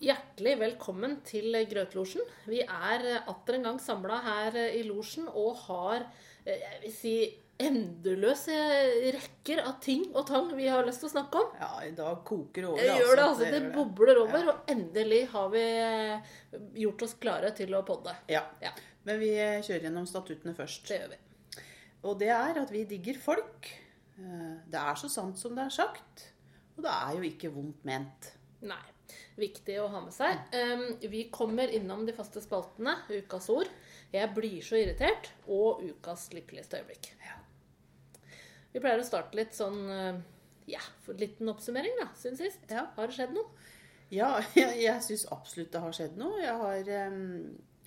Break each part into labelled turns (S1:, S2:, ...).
S1: Hjertelig velkommen til Grøtlosjen. Vi er eh, atter en gang samla her eh, i losjen og har eh, jeg vil si, endeløse rekker av ting og tang vi har lyst til å snakke om.
S2: Ja, i dag koker det over.
S1: Det gjør det, altså.
S2: gjør
S1: Det bobler over, og endelig har vi eh, gjort oss klare til å podde.
S2: Ja.
S1: Ja.
S2: Men vi eh, kjører gjennom statuttene først.
S1: Det gjør vi.
S2: Og det er at vi digger folk. Eh, Det er så sant som det er sagt. Og det er jo ikke vondt ment.
S1: Nei. Viktig å ha med seg. Ehm, vi kommer innom de faste spaltene. Ukas ord. Jeg blir så irritert. Og ukas lykkeligste øyeblikk.
S2: Ja.
S1: Vi pleier å starte litt sånn eh, Ja, for en liten oppsummering, da, siden sist.
S2: Ja.
S1: Har det skjedd noe?
S2: Ja, jeg, jeg syns absolutt det har skjedd noe. Jeg har, eh,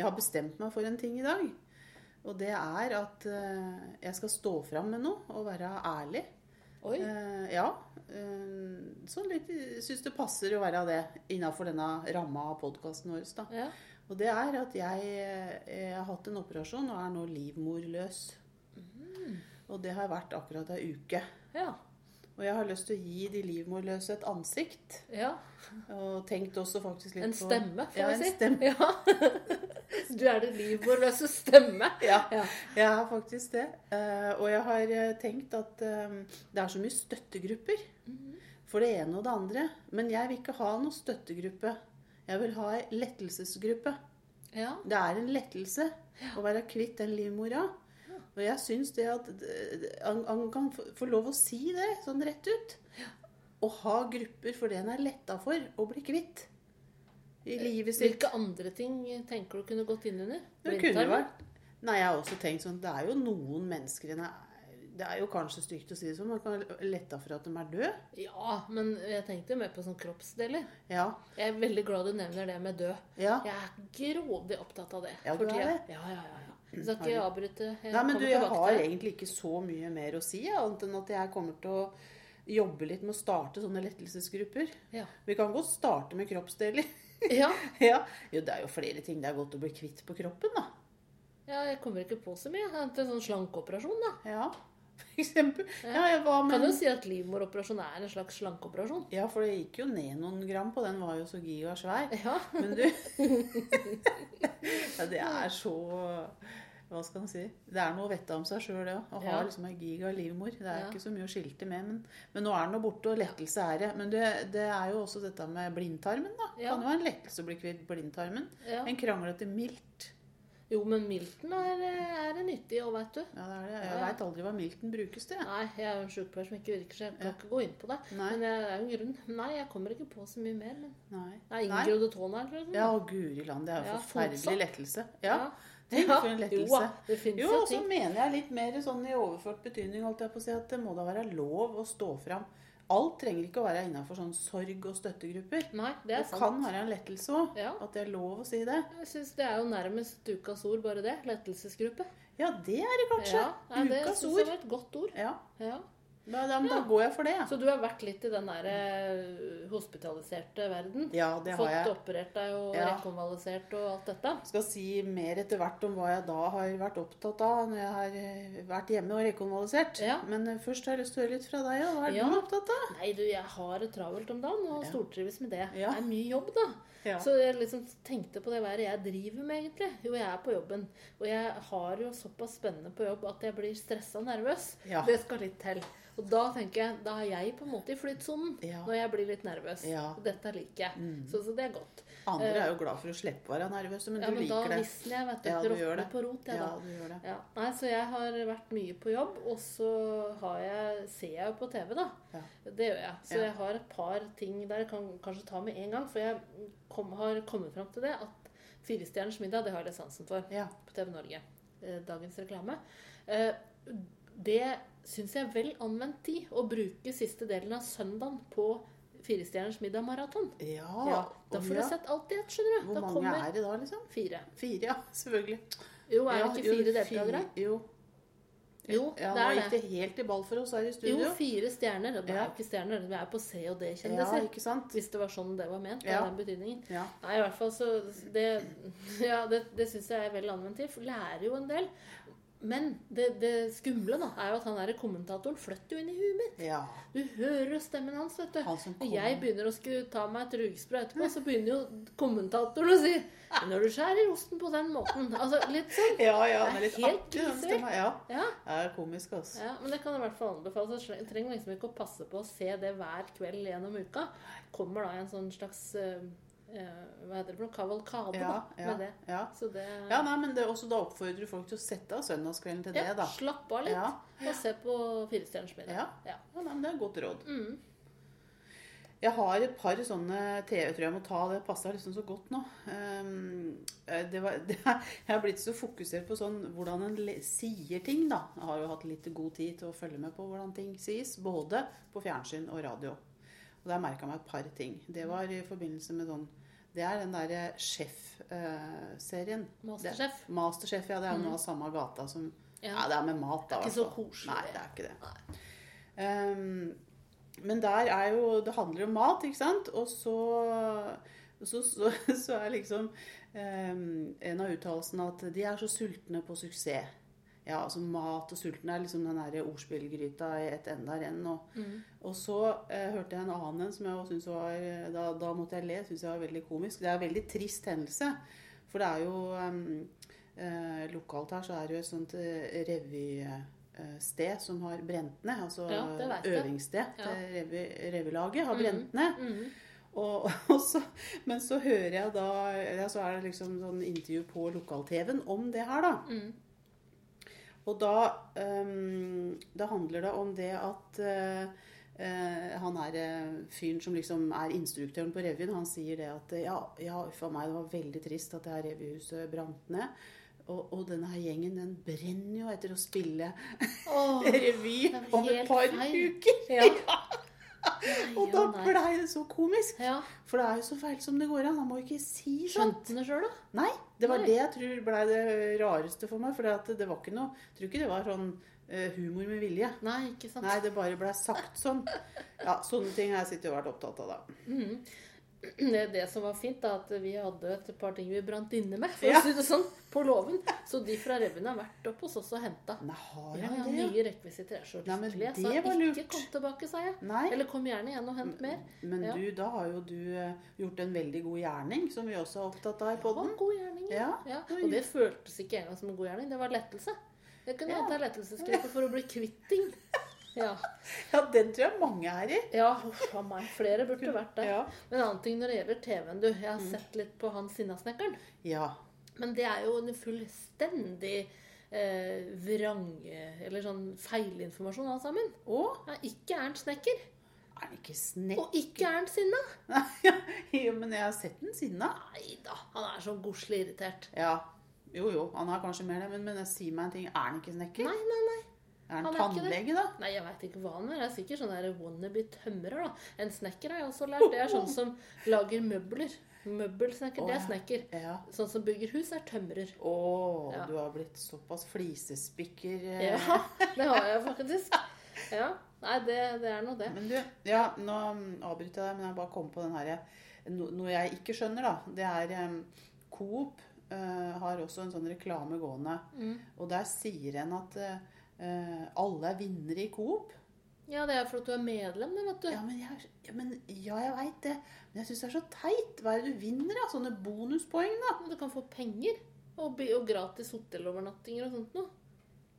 S2: jeg har bestemt meg for en ting i dag. Og det er at eh, jeg skal stå fram med noe og være ærlig.
S1: Oi.
S2: Eh, ja. eh, sånn litt Syns det passer å være det innafor denne ramma av podkasten vår, da.
S1: Ja.
S2: Og det er at jeg, eh, har hatt en operasjon og er nå livmorløs.
S1: Mm.
S2: Og det har jeg vært akkurat ei uke.
S1: Ja.
S2: Og jeg har lyst til å gi de livmorløse et ansikt.
S1: ja.
S2: Og tenkt også faktisk litt
S1: En
S2: på
S1: stemme, får
S2: Ja,
S1: jeg
S2: en
S1: si.
S2: stemme.
S1: Ja. Du er det livmorløse stemme.
S2: Ja,
S1: Ja.
S2: jeg har faktisk det. Eh, Og jeg har eh, tenkt at eh, det er så mye støttegrupper.
S1: Mm.
S2: For det ene og det andre. Men jeg vil ikke ha noen støttegruppe. Jeg vil ha ei lettelsesgruppe.
S1: Ja.
S2: Det er en lettelse å være kvitt den livmora. Og jeg syns det at eh, han, han kan få- få lov å si det sånn rett ut. Å ha grupper for det en er letta for å bli kvitt i
S1: Eh,
S2: livet sitt.
S1: Hvilke andre ting tenker du kunne gått inn under?
S2: Det kunne
S1: Blindtarmen?
S2: vært. Nei, jeg har også tenkt sånn Det er jo noen mennesker en er Det er jo kanskje stygt å si det sånn, man kan være letta for at de er døde.
S1: Ja, men jeg tenkte jo mer på sånn kroppsdeler.
S2: Ja.
S1: Jeg er veldig glad du nevner det med død.
S2: ja.
S1: Jeg er grovdig opptatt av det.
S2: Ja,
S1: for
S2: du er
S1: tida.
S2: det?
S1: Ja, ja, ja, ja. Du skal ikke avbryte. Jeg
S2: Nei, men
S1: kommer
S2: du, jeg
S1: tilbake
S2: har
S1: til det.
S2: egentlig ikke så mye mer å si, jeg, annet enn at jeg kommer til å jobbe litt med å starte sånne lettelsesgrupper.
S1: Ja.
S2: Vi kan godt starte med kroppsdeler.
S1: Ja.
S2: ja. Jo, det er jo flere ting det er godt å bli kvitt på kroppen, da.
S1: ja, jeg kommer ikke på så mye. Annet enn sånn slankeoperasjon, da.
S2: Ja, for eksempel. Ja, ja hva
S1: Kan
S2: med
S1: jo si at livmoroperasjon er en slags slankeoperasjon.
S2: Ja, for det gikk jo ned noen gram på den, var jo så gigasvær.
S1: Ja.
S2: Men du Ja, det er så Hva skal man si? Det er noe å vette om seg sjøl, det òg. Å ha
S1: Ja.
S2: liksom ei giga livmor. Det er
S1: Ja.
S2: ikke så mye å skilte med. Men, men nå er den nå borte, og lettelse er det. Men det, det er jo også dette med blindtarmen, da.
S1: Ja.
S2: Kan jo være en lettelse å bli kvitt blindtarmen.
S1: Ja.
S2: En kranglete milt.
S1: Jo, men milten er, er nyttig òg, veit du.
S2: Ja, det er det.
S1: Ja,
S2: Jeg
S1: ja.
S2: veit aldri hva milten brukes til. jeg.
S1: Nei, jeg er jo en sykepleier som ikke virker, så jeg kan ikke gå inn på det.
S2: Nei.
S1: Men jeg- det er jo en grunn. Nei, jeg kommer ikke på så mye mer. Men
S2: Nei.
S1: det er inngrodde tånegler. eller noe sånt.
S2: Ja, å, guri land, det er jo
S1: Ja, fotsopp.
S2: forferdelig lettelse. Ja.
S1: Ja.
S2: Tenk
S1: Ja,
S2: for en
S1: Jo,
S2: lettelse.
S1: da, det fins
S2: Jo, altså.
S1: jo
S2: og så
S1: ting.
S2: mener jeg litt mer sånn i overført betydning, holdt jeg på å si, at det må da være lov å stå fram. Alt trenger ikke å være innafor sånn sorg- og støttegrupper.
S1: Nei, det
S2: Det,
S1: er sant.
S2: kan være en lettelse òg.
S1: Ja.
S2: At det er lov å si det.
S1: Jeg synes Det er jo nærmest ukas ord, bare det. Lettelsesgruppe.
S2: Ja, det er det kanskje.
S1: Ja, nei, det
S2: Ukas
S1: synes jeg
S2: ord.
S1: var et godt ord.
S2: Ja,
S1: Ja.
S2: da, da, da går jeg for det, jeg.
S1: Så du har vært litt i den der eh, hospitaliserte verden?
S2: Ja, det har
S1: Fått
S2: jeg.
S1: operert deg og
S2: Ja.
S1: rekonvalisert og alt dette?
S2: Skal si mer etter hvert om hva jeg da har vært opptatt av når jeg har eh, vært hjemme og rekonvalisert.
S1: Ja.
S2: Men eh, først har jeg lyst til å høre litt fra deg. ja. Hva er
S1: Ja.
S2: du opptatt av?
S1: Nei, du, jeg har det travelt om dagen og
S2: Ja.
S1: stortrives med det.
S2: Ja.
S1: Det er mye jobb, da.
S2: Ja.
S1: Så jeg liksom tenkte på det hva er det jeg driver med, egentlig. Jo, jeg er på jobben. Og jeg har jo såpass spennende på jobb at jeg blir stressa og nervøs.
S2: Ja.
S1: Det skal litt til. Og da tenker jeg, da er jeg på en måte i flytsonen
S2: Ja.
S1: når jeg blir litt nervøs.
S2: Ja. Mm.
S1: Og Dette liker jeg. Så, så det er godt.
S2: Andre er jo glad for å slippe å være nervøse, men
S1: Eh, Ja,
S2: du
S1: men da
S2: liker det.
S1: visner jeg, vet du.
S2: Ja, du gjør
S1: Råtner
S2: det.
S1: på rot, jeg,
S2: Ja,
S1: da.
S2: du gjør det.
S1: Ja, nei, så jeg har vært mye på jobb, og så har jeg, ser jeg jo på TV, da.
S2: Ja.
S1: Det gjør jeg. Så
S2: Ja.
S1: jeg har et par ting der jeg kan kanskje ta med en gang, for jeg kom, har kommet fram til det at Firestjerners middag, det har jeg litt sansen for
S2: Ja.
S1: på TV Norge. eh, Dagens reklame. Eh, Det syns jeg er vel anvendt tid å bruke siste delen av søndagen på Firestjerners middag maraton.
S2: Ja,
S1: Ja, da
S2: og
S1: får du
S2: Ah, ja.
S1: sett alt i ett, skjønner du.
S2: Hvor
S1: da
S2: mange
S1: kommer
S2: er det da, liksom?
S1: fire.
S2: Fire, ja. Selvfølgelig.
S1: Jo, er
S2: ja,
S1: det
S2: jo,
S1: ikke fire deltakere?
S2: fire- Jo.
S1: Jo,
S2: Ja,
S1: det
S2: nå
S1: er det.
S2: gikk det helt i ball for oss her i
S1: Jo,
S2: studio.
S1: fire stjerner. Det er
S2: Ja.
S1: jo ikke stjerner, vi er på C og
S2: ja,
S1: D-kjendiser.
S2: ikke sant?
S1: Hvis det var sånn det var ment.
S2: Ja.
S1: i den betydningen.
S2: Ja.
S1: Nei, i hvert fall så Det, ja, det, det syns jeg er vel anvendt til. for Lærer jo en del. Men det, det skumle da, er jo at han der kommentatoren flytter jo inn i huet mitt.
S2: Ja.
S1: Du hører jo stemmen hans, vet du.
S2: Han som
S1: Når
S2: kommer.
S1: jeg begynner å skulle ta meg et rugesprø etterpå, så begynner jo kommentatoren å si Når du skjærer osten på den måten Altså litt sånn.
S2: Ja, ja.
S1: Det er
S2: Den er litt
S1: helt
S2: artig, den
S1: krise.
S2: stemma. Ja.
S1: Ja,
S2: Det er komisk, altså.
S1: ja, men det kan jeg i hvert fall anbefale. Så jeg trenger liksom ikke å passe på å se det hver kveld gjennom uka. Kommer da en sånn slags eh, eh, Hva heter det for noe? Kavalkade
S2: Ja,
S1: da,
S2: ja,
S1: med det.
S2: ja.
S1: Så det
S2: Ja, nei, men det, er også da oppfordrer folk til å sette av søndagskvelden til det,
S1: Ja,
S2: da.
S1: slapp av litt
S2: Ja.
S1: og se på Firestjerners middag.
S2: Ja.
S1: Ja.
S2: Ja, nei, men det er et godt råd.
S1: Mm.
S2: Jeg har et par sånne TV, tror jeg må ta. Det passer liksom så godt nå. Ehm, eh, det var, det er, jeg har blitt så fokusert på sånn hvordan en le- sier ting, da. Jeg har jo hatt litt god tid til å følge med på hvordan ting sies. Både på fjernsyn og radio. Og der merka jeg meg et par ting. Det var i forbindelse med sånn Det er den eh, derre Sjef-serien.
S1: Masterchef.
S2: Masterchef, ja. Det er noe av samme gata som
S1: Mm. Ja.
S2: ja. det er med mat, da.
S1: Det er ikke
S2: i
S1: så
S2: hvert fall.
S1: koselig.
S2: Nei, det er ikke det. Ehm, men der er jo Det handler om mat, ikke sant? Og så så, så, så er liksom ehm, en av uttalelsene at de er så sultne på suksess. Ja, altså mat og sulten er liksom den der ordspillgryta i et enda renn. Og,
S1: Mm.
S2: og så eh, hørte jeg en annen en som jeg også syntes var eh, da, da måtte jeg le, syns jeg var veldig komisk. Det er en veldig trist hendelse. For det er jo ehm, eh, Lokalt her så er det jo et sånt eh, revysted som har brent ned. Altså
S1: Ja, det vet jeg. Ja. Mm.
S2: øvingssted til revy, revylaget har brent ned. Og, og så, men så hører jeg da ja, Så er det liksom sånn intervju på lokal-TV-en om det her, da.
S1: mm.
S2: Og da, ehm, da handler det om det at eh, eh, han her eh, fyren som liksom er instruktøren på revyen, han sier det at eh, ja, ja for meg det var veldig trist at det her revyhuset brant ned. Og, og denne her gjengen den brenner jo etter å spille
S1: Åh,
S2: revy
S1: det er
S2: om
S1: helt
S2: et par
S1: feil.
S2: uker.
S1: ja.
S2: Og da blei det så komisk.
S1: ja.
S2: For det er jo så feil som det går an. Han må jo ikke si sånn.
S1: Skjønte han det sjøl, da?
S2: Nei, det var
S1: Nei.
S2: det jeg tror ble det rareste for meg. For det var ikke noe Jeg tror ikke det var sånn eh, humor med vilje.
S1: Nei, ikke sant.
S2: Nei, det bare blei sagt sånn. Ja, sånne ting har jeg sittet og vært opptatt av, da.
S1: Mhm. Det, det som var fint, da, at vi hadde et par ting vi brant inne med, for
S2: Ja.
S1: å si det sånn, på låven. Så de fra revyen har vært oppe hos oss og henta.
S2: Nei, har
S1: Ja,
S2: jeg
S1: ja,
S2: det?
S1: nye rekvisitter er så
S2: Nei, men
S1: lykkelige.
S2: det var
S1: Så ikke
S2: lurt.
S1: kom tilbake, sa jeg.
S2: Nei.
S1: Eller kom gjerne igjen og hent mer.
S2: Men
S1: Ja.
S2: du, da har jo du eh, gjort en veldig god gjerning, som vi også er opptatt av i
S1: Det var
S2: podden.
S1: en god gjerning. Ja.
S2: Ja,
S1: Ja.
S2: det var
S1: Og det føltes ikke engang som en god gjerning. Det var lettelse. Jeg kunne
S2: Ja.
S1: hatt ei lettelsesgruppe for å bli kvitt ting. Ja.
S2: Ja, den tror jeg mange er i.
S1: ja, huff a meg. Flere burde vært der.
S2: Ja. Mm.
S1: Men en annen ting når det gjelder TV-en, du. Jeg har sett litt på han Sinnasnekkeren.
S2: ja.
S1: Men det er jo en fullstendig eh, vrange Eller sånn feilinformasjon alt sammen.
S2: Og
S1: Ja, ikke er han snekker,
S2: er den ikke snekker?
S1: og ikke er han sinna.
S2: Jo, men jeg har sett den sinna.
S1: Nei da, han er så godslig irritert.
S2: Ja. Jo, jo, han har kanskje mer det, men, men si meg en ting. Er han ikke snekker?
S1: Nei, nei, nei.
S2: Er han,
S1: han er ikke det.
S2: tannlege, da?
S1: Nei, Jeg veit ikke hva han er. Det er sikkert sånn der wannabe-tømrer. da. En snekker har jeg også lært. Det er sånn som lager møbler. Møbelsnekker, det er snekker.
S2: Ja.
S1: Sånn som bygger hus, er tømrer.
S2: Å,
S1: Ja.
S2: du har blitt såpass flisespikker. eh.
S1: Ja, det har jeg faktisk. Ja, Nei, det, det er nå det.
S2: Men du, ja, nå mm, avbryter jeg deg, men jeg bare kom på den her eh, no- Noe jeg ikke skjønner, da, det er em, Coop eh, har også en sånn reklame gående. Og der sier en at eh, eh, alle er vinnere i Coop.
S1: Ja, det er fordi du er medlem, det, vet du.
S2: Ja, men jeg, ja, men, ja, jeg veit det. Men jeg syns det er så teit. Hva er det du vinner av? Sånne bonuspoeng, da.
S1: Men du kan få penger og, by- og gratis hotellovernattinger og sånt noe.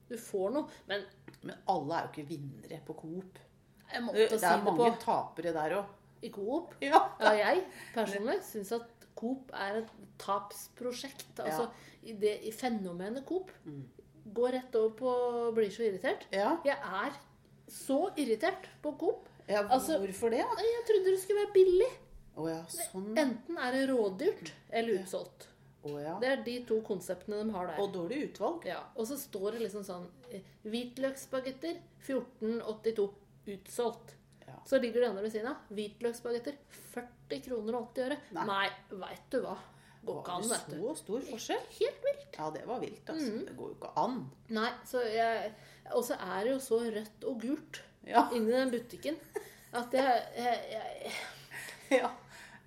S1: Du får noe. Men
S2: Men alle er jo ikke vinnere på Coop.
S1: jeg
S2: Det,
S1: måtte
S2: det
S1: si
S2: er
S1: det
S2: mange
S1: på
S2: tapere der òg.
S1: i Coop.
S2: Ja.
S1: Ja, jeg personlig syns at Coop er et tapsprosjekt. Altså, i det i fenomenet Coop
S2: Mm.
S1: går rett over på å bli så irritert.
S2: Ja.
S1: Jeg er så irritert på Coop.
S2: ja
S1: Altså-
S2: hvorfor det? da?
S1: Nei, Jeg trodde det skulle være billig.
S2: Å ja, sånn.
S1: Enten er det rådyrt eller utsolgt.
S2: Å ja.
S1: Det er de to konseptene de har der.
S2: Og dårlig utvalg.
S1: Ja, og så står det liksom sånn eh, Hvitløksbagetter 1482 utsolgt.
S2: Ja.
S1: Så ligger det andre ved siden av. Hvitløksbagetter 40 kroner og 80 øre.
S2: Nei.
S1: Nei, veit du hva. Går ikke an, vet du. Mm.
S2: Så stor forskjell.
S1: Helt vilt.
S2: Ja, det var vilt, altså. Det går jo ikke an.
S1: Nei, så jeg Og så er det jo så rødt og gult
S2: Ja.
S1: inni den butikken at jeg, jeg, jeg
S2: ja.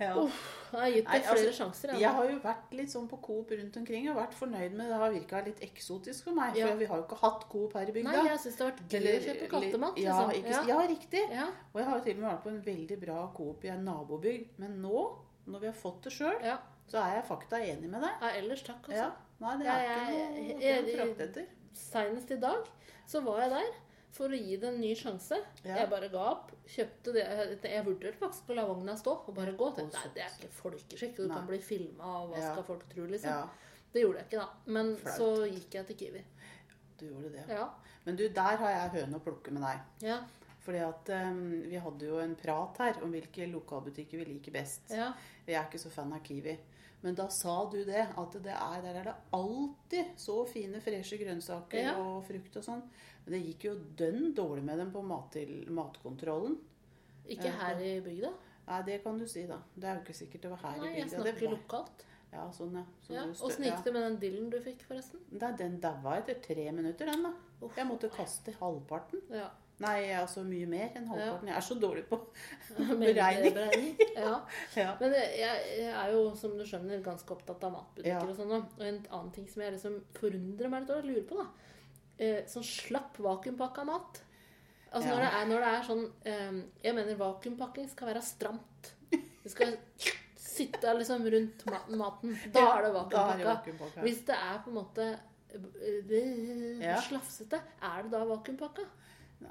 S2: Ja.
S1: Uff, jeg har gitt
S2: Nei,
S1: deg flere
S2: altså,
S1: sjanser.
S2: Jeg har jo vært litt sånn på Coop rundt omkring og vært fornøyd med det. Det har virka litt eksotisk for meg, for
S1: Ja.
S2: vi har jo ikke hatt Coop her i bygda.
S1: Nei, jeg syns det har vært gøy å
S2: Eller-
S1: kjøpe kattemat.
S2: Ja,
S1: Liksom.
S2: ikke, ja, riktig.
S1: Ja.
S2: Og jeg har jo til og med vært på en veldig bra Coop i en nabobygd. Men nå, når vi har fått det sjøl,
S1: Ja.
S2: så er jeg fakta enig med deg.
S1: ja, ellers takk, altså.
S2: Ja. Nei, det
S1: Ja,
S2: er
S1: jeg-
S2: ikke noe, det er noe å
S1: jeg-
S2: trakte etter.
S1: Senest i dag så var jeg der for å gi det en ny sjanse.
S2: Ja.
S1: Jeg bare ga opp. Kjøpte det. Jeg- Jeg vurderte faktisk å la vogna stå og bare gå. Tenkte,
S2: Og så-
S1: Nei, det er ikke folkeskikk. Du
S2: Nei.
S1: kan bli filma, og hva
S2: Ja.
S1: skal folk tro, liksom.
S2: Ja,
S1: Det gjorde jeg ikke, da. Men
S2: Flaut.
S1: så gikk jeg til Kiwi.
S2: du gjorde det.
S1: Ja.
S2: Men du, der har jeg høne å plukke med deg.
S1: Ja.
S2: Fordi at eh, vi hadde jo en prat her om hvilke lokalbutikker vi liker best.
S1: ja.
S2: Jeg er ikke så fan av Kiwi. Men da sa du det, at det er, der er det alltid så fine, freshe grønnsaker
S1: Ja.
S2: og frukt og sånn. Men det gikk jo dønn dårlig med dem på mattil, matkontrollen.
S1: Ikke her i bygda.
S2: Nei, det kan du si, da. Det er jo ikke sikkert det var her
S1: Nei,
S2: i
S1: jeg
S2: bygda. Det
S1: snakker
S2: var...
S1: lokalt.
S2: Ja, sånn, ja. Sånn
S1: Ja.
S2: du stø-
S1: Åssen gikk det med den dillen du fikk, forresten?
S2: Ja. Nei, den daua etter tre minutter, den, da.
S1: Uff.
S2: Jeg måtte kaste halvparten.
S1: Ja.
S2: Nei, altså mye mer enn halvparten. Jeg er så dårlig på
S1: Mengdeberegning.
S2: beregning.
S1: Ja.
S2: Ja.
S1: Men jeg, jeg er jo, som du skjønner, ganske opptatt av matbutikker
S2: Ja.
S1: og sånn. nå. Og en annen ting som jeg liksom forundrer meg litt over, lurer på, da. Eh, sånn slapp vakuumpakka mat. Altså
S2: Ja.
S1: når, det er, når det er sånn eh, Jeg mener vakuumpakking skal være stramt. Det skal sitte liksom rundt ma maten. Da
S2: Ja,
S1: er det
S2: da er det
S1: vakuumpakka.
S2: vakuumpakka.
S1: Hvis det er på en måte eh, det-
S2: Ja.
S1: slafsete, er det da vakuumpakka?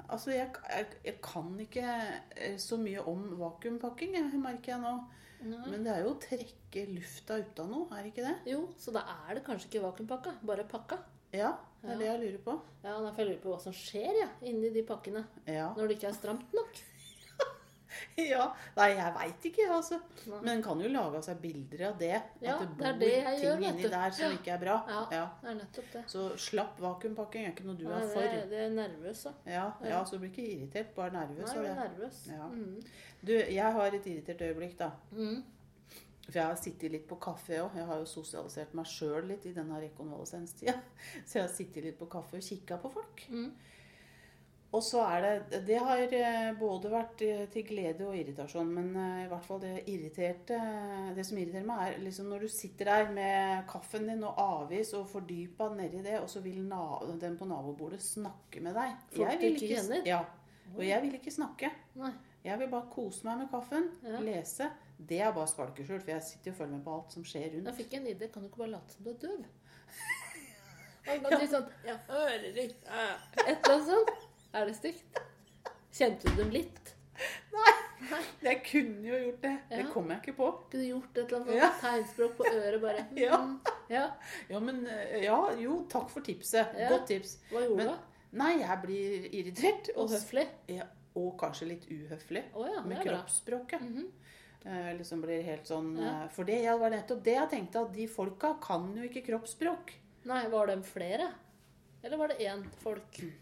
S2: Altså, jeg, jeg, jeg kan ikke eh, så mye om vakuumpakking, jeg, merker jeg nå.
S1: Mm.
S2: Men det er jo å trekke lufta ut av noe, er det ikke det?
S1: Jo, så da er det kanskje ikke vakuumpakka, bare pakka.
S2: Ja, det er
S1: Ja.
S2: det jeg lurer på.
S1: Ja, Derfor jeg lurer på hva som skjer ja, inni de pakkene
S2: Ja.
S1: når det ikke er stramt nok.
S2: ja. Nei, jeg veit ikke, altså.
S1: Nei.
S2: Men en kan jo lage seg bilder av det.
S1: Ja, det
S2: at det bor
S1: er det jeg
S2: ting
S1: gjør, vet
S2: inni
S1: du.
S2: der som
S1: Ja.
S2: ikke er bra.
S1: Ja,
S2: Ja.
S1: det er nettopp det.
S2: Så slapp vakuumpakking er ikke noe du
S1: Nei,
S2: er
S1: det,
S2: for.
S1: det er nervøs, da.
S2: Ja, ja, så du blir ikke irritert, bare nervøs
S1: Nei,
S2: av
S1: jeg blir
S2: det.
S1: nervøs.
S2: Ja.
S1: Mm.
S2: Du, jeg har et irritert øyeblikk, da.
S1: Mm.
S2: For jeg har sittet litt på kaffe òg. Jeg har jo sosialisert meg sjøl litt i denne rekonvalesenstida. Så jeg har sittet litt på kaffe og kikka på folk.
S1: Mm.
S2: Og så er det Det har eh, både vært eh, til glede og irritasjon, men eh, i hvert fall det irriterte Det som irriterer meg, er liksom når du sitter der med kaffen din og avis og fordypa nedi det, og så vil na den på nabobordet snakke med deg.
S1: Folk
S2: Jeg
S1: du
S2: vil
S1: ikke
S2: s-
S1: kjenner?
S2: Ja. Og jeg vil ikke snakke.
S1: Nei.
S2: Jeg vil bare kose meg med kaffen,
S1: Ja.
S2: lese. Det er bare skalkeskjul, for jeg sitter jo og følger med på alt som skjer rundt.
S1: Jeg fikk en idé. Kan du ikke bare late som du er døv? Og da sier sånn Jeg hører ikke Et eller annet sånt. Er det stygt? Kjente du dem litt?
S2: Jeg kunne jo gjort det. Det
S1: Ja.
S2: kom jeg ikke på.
S1: Kunne du gjort et eller annet
S2: Ja.
S1: sånt tegnspråk på øret, bare.
S2: Ja.
S1: Mm. ja.
S2: Ja, men eh, Ja, jo, takk for tipset.
S1: Ja.
S2: Godt tips.
S1: Hva gjorde
S2: Men-
S1: du? da?
S2: Nei, jeg blir irritert. Og, høf-
S1: Høflig?
S2: ja, og kanskje litt uhøflig.
S1: Å ja, det
S2: Med
S1: er bra.
S2: kroppsspråket.
S1: Mhm.
S2: Eh, liksom blir helt sånn
S1: Ja.
S2: eh, For det ja, det var nettopp det jeg tenkte, at de folka kan jo ikke kroppsspråk.
S1: Nei, var dem flere? Eller var det én folk?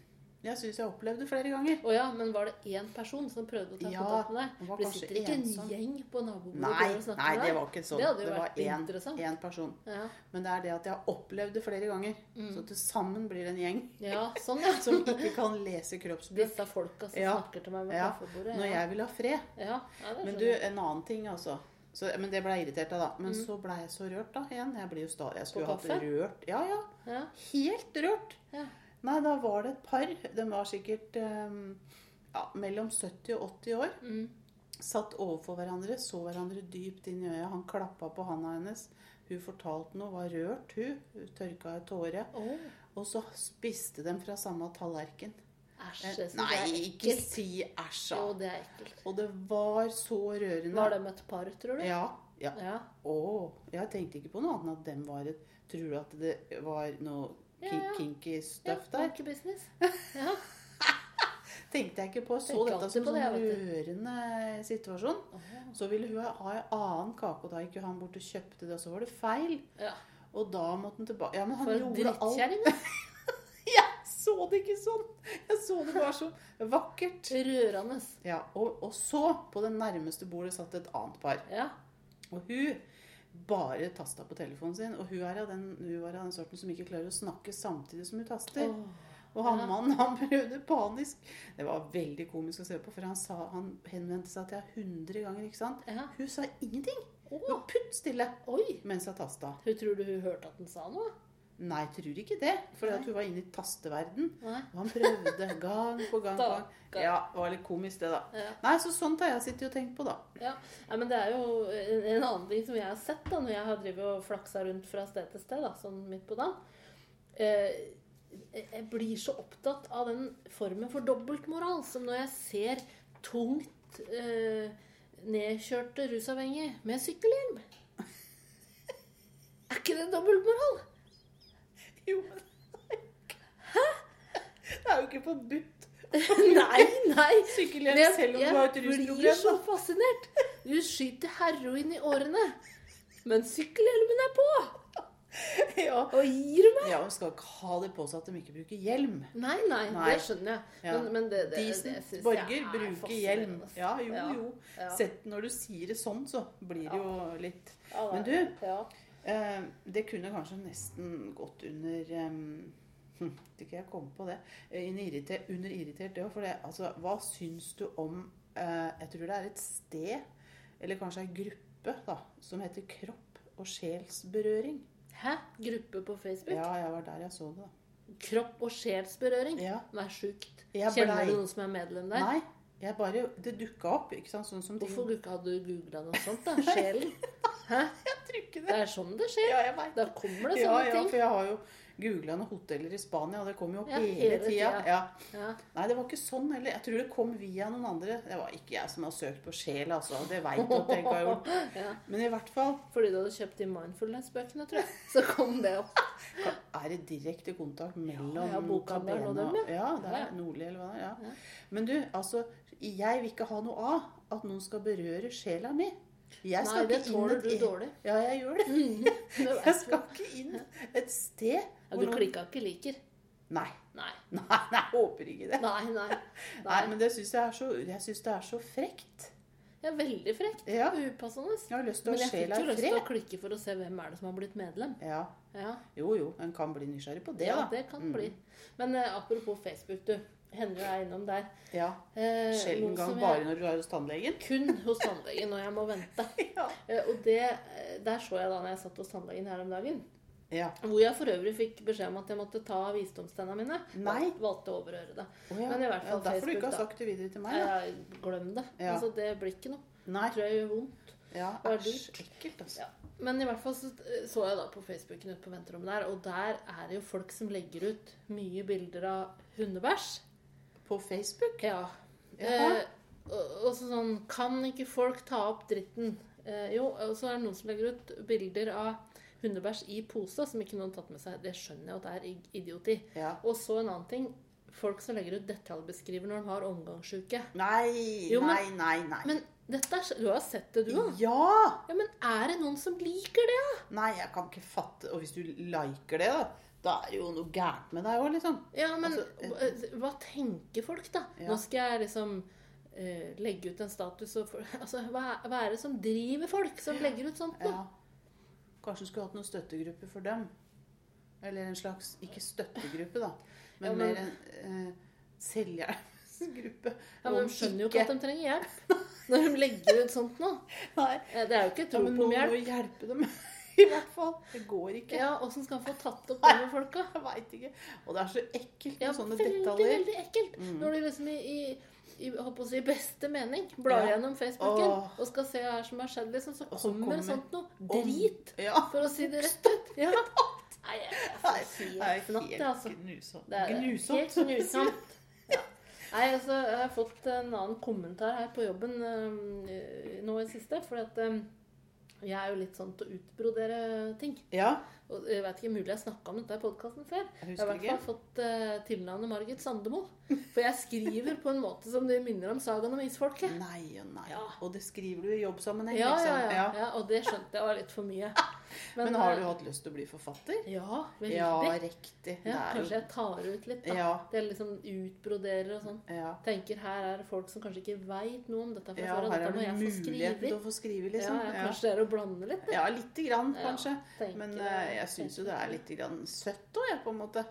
S2: Jeg syns jeg opplevde det flere ganger.
S1: Å ja, men var det én person som prøvde å ta
S2: Ja,
S1: kontakt med deg?
S2: det
S1: For
S2: var
S1: det
S2: kanskje
S1: sitter ikke en
S2: en som-
S1: gjeng på
S2: Nei,
S1: nabobordet og snakker
S2: nei,
S1: med deg?
S2: det var ikke sånn.
S1: Det hadde jo
S2: Det
S1: vært
S2: var én,
S1: interessant.
S2: én person.
S1: Ja.
S2: Men det er det at jeg har opplevd det flere ganger. Så til sammen blir det en gjeng
S1: ja, sånn Mm. ja.
S2: som ikke kan lese kroppsspråk
S1: Disse folka som
S2: Ja.
S1: snakker til meg ved
S2: Ja.
S1: kaffebordet.
S2: når
S1: ja.
S2: jeg vil ha fred.
S1: Ja, ja, det
S2: Men du,
S1: skjønner jeg. Mm.
S2: en annen ting, altså. Så, men det ble jeg irritert av, da. Men så ble jeg så rørt, da. igjen. Jeg blir jo sta- Jeg skulle hatt
S1: kaffe?
S2: rørt. Ja, ja.
S1: ja.
S2: Helt rørt.
S1: Ja.
S2: Nei, da var det et par. De var sikkert eh, ja, mellom 70 og 80 år.
S1: Mm.
S2: Satt overfor hverandre, så hverandre dypt inn i øya. Han klappa på handa hennes. Hun fortalte noe, var rørt, hun. Hun tørka en tåre.
S1: Å,
S2: Og så spiste de fra samme tallerken.
S1: æsj. jeg synes
S2: Nei,
S1: det er
S2: ikke
S1: ekkelt.
S2: si æsj,
S1: Jo,
S2: da.
S1: det er ekkelt.
S2: Og det var så rørende.
S1: Var dem et par, tror du?
S2: Ja. ja.
S1: Ja.
S2: Å, jeg tenkte ikke på noe annet enn at dem var et Tror du at det var noe
S1: Ja,
S2: ki-
S1: ja.
S2: kinky
S1: Ja,
S2: stuff der?
S1: monkey business. Ja.
S2: Tenkte jeg ikke på. Jeg Så
S1: Tenker
S2: dette
S1: alltid
S2: som
S1: på
S2: en
S1: det,
S2: rørende situasjon.
S1: Å,
S2: Så ville hun ha en annen kake, og da gikk jo han bort og kjøpte det, og så var det feil.
S1: ja.
S2: Og da måtte han tilbake Ja, men han
S1: For en
S2: gjorde alt
S1: drittkjerring. da.
S2: Jeg så det ikke sånn! Jeg så det bare så vakkert.
S1: Rørende.
S2: Ja, og, og så, på det nærmeste bordet, satt et annet par.
S1: Ja.
S2: Og hun bare tasta på telefonen sin. Og hun, er av den, hun var av den sorten som ikke klarer å snakke samtidig som hun taster.
S1: Åh.
S2: Og han mannen, han prøvde panisk. Det var veldig komisk å se på, for han, sa, han henvendte seg til henne 100 ganger, ikke sant.
S1: Ja.
S2: Hun sa ingenting.
S1: Å,
S2: Hun var putt stille
S1: oi!
S2: mens hun tasta.
S1: Hun tror du hun hørte at den sa noe?
S2: Nei, tror ikke det, for
S1: Nei.
S2: hun var inne i tasteverden.
S1: Nei.
S2: Og han prøvde gang på gang på gang.
S1: Stakkar.
S2: Ja, det var litt komisk det, da.
S1: Ja.
S2: Nei, så sånt har jeg sittet og tenkt på, da.
S1: Nei, men Det er jo en en annen ting som jeg har sett da, når jeg har drivet og flaksa rundt fra sted til sted, da, sånn midt på dagen. Eh, jeg blir så opptatt av den formen for dobbeltmoral som når jeg ser tungt eh, nedkjørte rusavhengige med sykkelhjelm. Er ikke det dobbeltmoral?
S2: Jo, men Hæ? Det er jo ikke forbudt
S1: nei, nei.
S2: sykkelhjelm
S1: Men
S2: selv om
S1: jeg
S2: du har et
S1: blir
S2: rusproblem.
S1: så
S2: da.
S1: fascinert. Du skyter heroin i årene, men sykkelhjelmen er på
S2: Ja.
S1: og gir meg.
S2: ja, og skal ikke ha det på seg at de ikke bruker hjelm.
S1: Nei, nei,
S2: Nei.
S1: det skjønner jeg.
S2: Ja.
S1: Men, men det, det, det
S2: Decent
S1: synes jeg
S2: borger
S1: er
S2: bruker hjelm.
S1: fascinerende.
S2: Ja, jo,
S1: Ja,
S2: jo.
S1: ja.
S2: Sett når du sier det sånn, så blir det jo litt
S1: Ja,
S2: Men
S1: nei,
S2: du-
S1: ja.
S2: eh, Det kunne kanskje nesten gått under eh, hm, vet ikke jeg kom på det. Eh, inn i irrite- Under irritert, det òg. For det, altså, hva syns du om eh, Jeg tror det er et sted, eller kanskje ei gruppe, da, som heter Kropp og sjelsberøring.
S1: Hæ? Gruppe på Facebook?
S2: Ja, jeg var der jeg så det, da.
S1: Kropp- og sjelsberøring?
S2: Ja.
S1: Det er sjukt.
S2: Jeg
S1: Kjenner
S2: blei-
S1: du noen som er medlem der?
S2: Nei, jeg bare Det dukka opp, ikke sant? Sånn som ting-
S1: Hvorfor ikke hadde du googla noe sånt? da? Sjelen? Hæ?
S2: Jeg tror ikke
S1: Det
S2: det.
S1: er sånn det skjer.
S2: Ja, jeg vet
S1: Da kommer det
S2: Ja,
S1: sånne
S2: ja, for
S1: ting.
S2: jeg har jo googla noen hoteller i Spania, og det kom jo opp
S1: Ja, hele
S2: hele tida.
S1: tida.
S2: Ja.
S1: Ja.
S2: Nei, det var ikke sånn heller. Jeg tror det kom via noen andre. Det var ikke jeg som har søkt på sjel, altså. Det veit du at jeg ikke har gjort.
S1: Ja.
S2: Men i hvert fall
S1: Fordi du hadde kjøpt de Mindfulness-bøkene, tror jeg. Så kom det opp.
S2: er det direkte kontakt
S1: Ja,
S2: mellom
S1: ja, bokhandelen og dem,
S2: ja. ja. Det
S1: Ja,
S2: er
S1: ja.
S2: Nordli eller hva det er.
S1: Ja.
S2: Ja. Men du, altså. Jeg vil ikke ha noe av at noen skal berøre sjela mi. Jeg
S1: Nei,
S2: skal
S1: det
S2: ikke inn
S1: tåler
S2: et
S1: du
S2: e-
S1: dårlig.
S2: Ja, jeg gjør det.
S1: Det er-
S2: Jeg skal ikke inn et sted
S1: Ja,
S2: hvor
S1: du
S2: noen-
S1: klikka ikke liker.
S2: Nei.
S1: Nei.
S2: Nei, nei, jeg håper ikke det.
S1: Nei, nei.
S2: Nei,
S1: nei.
S2: men det syns jeg, er så- jeg synes det er så frekt.
S1: Det er veldig frekt.
S2: Ja.
S1: Upassende.
S2: Jeg har lyst til
S1: Men
S2: å ha
S1: jeg fikk
S2: sjela
S1: jo
S2: i
S1: lyst til å
S2: fred.
S1: klikke for å se hvem er det som har blitt medlem.
S2: Ja.
S1: Ja,
S2: Jo, jo, en kan bli nysgjerrig på det,
S1: ja
S2: da.
S1: det kan bli. Men eh, apropos Facebook, du. Hender jo jeg er innom der.
S2: Ja,
S1: Eh,
S2: Sjelden
S1: noe
S2: gang
S1: som
S2: bare
S1: jeg,
S2: når du er hos tannlegen.
S1: Kun hos tannlegen når jeg må vente.
S2: Ja.
S1: Eh, og det, eh, der så jeg da når jeg satt hos tannlegen her om dagen.
S2: ja.
S1: Hvor jeg for øvrig fikk beskjed om at jeg måtte ta visdomstennene mine.
S2: Nei.
S1: Valgte å overhøre det.
S2: Å, ja.
S1: Men i hvert fall
S2: ja, derfor du ikke
S1: Facebook,
S2: har
S1: da.
S2: sagt det videre til meg. Ja.
S1: Eh, glem det.
S2: Ja.
S1: Altså, det blir ikke noe.
S2: Nei.
S1: Jeg tror jeg gjør vondt.
S2: Ja,
S1: det er
S2: æsj. Ekkelt, altså.
S1: Ja. Men i hvert fall så, så jeg da på Facebooken ute på venterommet der, og der er det jo folk som legger ut mye bilder av hundebæsj.
S2: På Facebook?
S1: Ja.
S2: Jaha.
S1: Eh, og, og så sånn Kan ikke folk ta opp dritten? Eh, jo, og så er det noen som legger ut bilder av hundebæsj i pose som ikke noen har tatt med seg. Det skjønner jeg at det er ig- idioti.
S2: Ja.
S1: Og så en annen ting. Folk som legger ut detaljbeskriver når de har omgangssyke.
S2: Nei,
S1: Jo,
S2: nei,
S1: men-
S2: nei, nei.
S1: Men dette er, du har sett det, du òg?
S2: Ja!
S1: Ja, men er det noen som liker det? da?
S2: Nei, jeg kan ikke fatte Og hvis du liker det, da, da er det jo noe gærent med deg òg, liksom.
S1: Ja, men
S2: Altså,
S1: hva- hva tenker folk, da?
S2: Ja.
S1: Nå skal jeg liksom eh, legge ut en status og for, altså, hva, hva er det som driver folk som legger ut sånt?
S2: Ja.
S1: Da?
S2: Kanskje du skulle hatt noen støttegruppe for dem. Eller en slags Ikke støttegruppe, da, men,
S1: Ja, men-
S2: mer en eh, selvhjelpsgruppe.
S1: Ja, men
S2: Noen
S1: de skjønner jo ikke at de trenger hjelp når de legger ut sånt nå.
S2: Nei.
S1: Eh, Det er jo ikke
S2: Ja,
S1: tro
S2: men
S1: på
S2: noen må
S1: hjelp.
S2: jo hjelpe dem, i hvert fall. Det går ikke.
S1: Ja, Åssen skal man få tatt opp det med folka?
S2: Jeg veit ikke. Og det er så ekkelt med
S1: Ja,
S2: sånne
S1: veldig,
S2: detaljer. Mm.
S1: veldig ekkelt. Når du liksom i, i, i jeg holdt på å si, beste mening blar
S2: Ja.
S1: gjennom Facebooken
S2: Åh.
S1: og skal se hva som har skjedd, liksom, så
S2: Og så
S1: kommer,
S2: kommer
S1: sånt noe
S2: Om-
S1: drit,
S2: Ja.
S1: for å si det rett ut. Ja. Nei, jeg får si
S2: Det er
S1: helt fnatt, jeg, altså.
S2: helt gnusomt.
S1: Det er
S2: Gnusomt.
S1: Helt gnusomt. Ja. Nei, altså, jeg har fått en annen kommentar her på jobben eh, nå i det siste. For at eh, jeg er jo litt sånn til å utbrodere ting.
S2: Ja.
S1: Og jeg vet ikke, mulig jeg snakka om dette i podkasten før.
S2: Jeg
S1: Jeg har i
S2: husker
S1: hvert fall
S2: ikke.
S1: fått eh, tilnavnet Margit Sandemo. For jeg skriver på en måte som det minner om sagaen om isfolket.
S2: Nei og nei.
S1: Ja.
S2: Og det skriver du i jobbsammenheng,
S1: Ja, ja,
S2: liksom.
S1: ja, ja. Og det skjønte jeg var litt for mye.
S2: Men har du
S1: eh,
S2: hatt lyst til å bli forfatter?
S1: Ja, veldig.
S2: Ja,
S1: Ja,
S2: riktig. Det er
S1: kanskje
S2: jo
S1: jeg tar ut litt, da.
S2: Ja.
S1: Det er liksom utbroderer og sånn.
S2: ja.
S1: tenker her er det folk som kanskje ikke veit noe om dette fra
S2: Ja,
S1: før. Og dette
S2: her er
S1: må
S2: det
S1: jeg få
S2: mulighet
S1: skrive.
S2: til å få skrive,
S1: Ja,
S2: liksom.
S1: ja,
S2: Ja,
S1: kanskje det er å blande litt.
S2: ja lite grann,
S1: Ja,
S2: kanskje.
S1: tenker
S2: Men
S1: jeg.
S2: eh, jeg syns jo det er litt grann søtt òg, jeg, på en måte.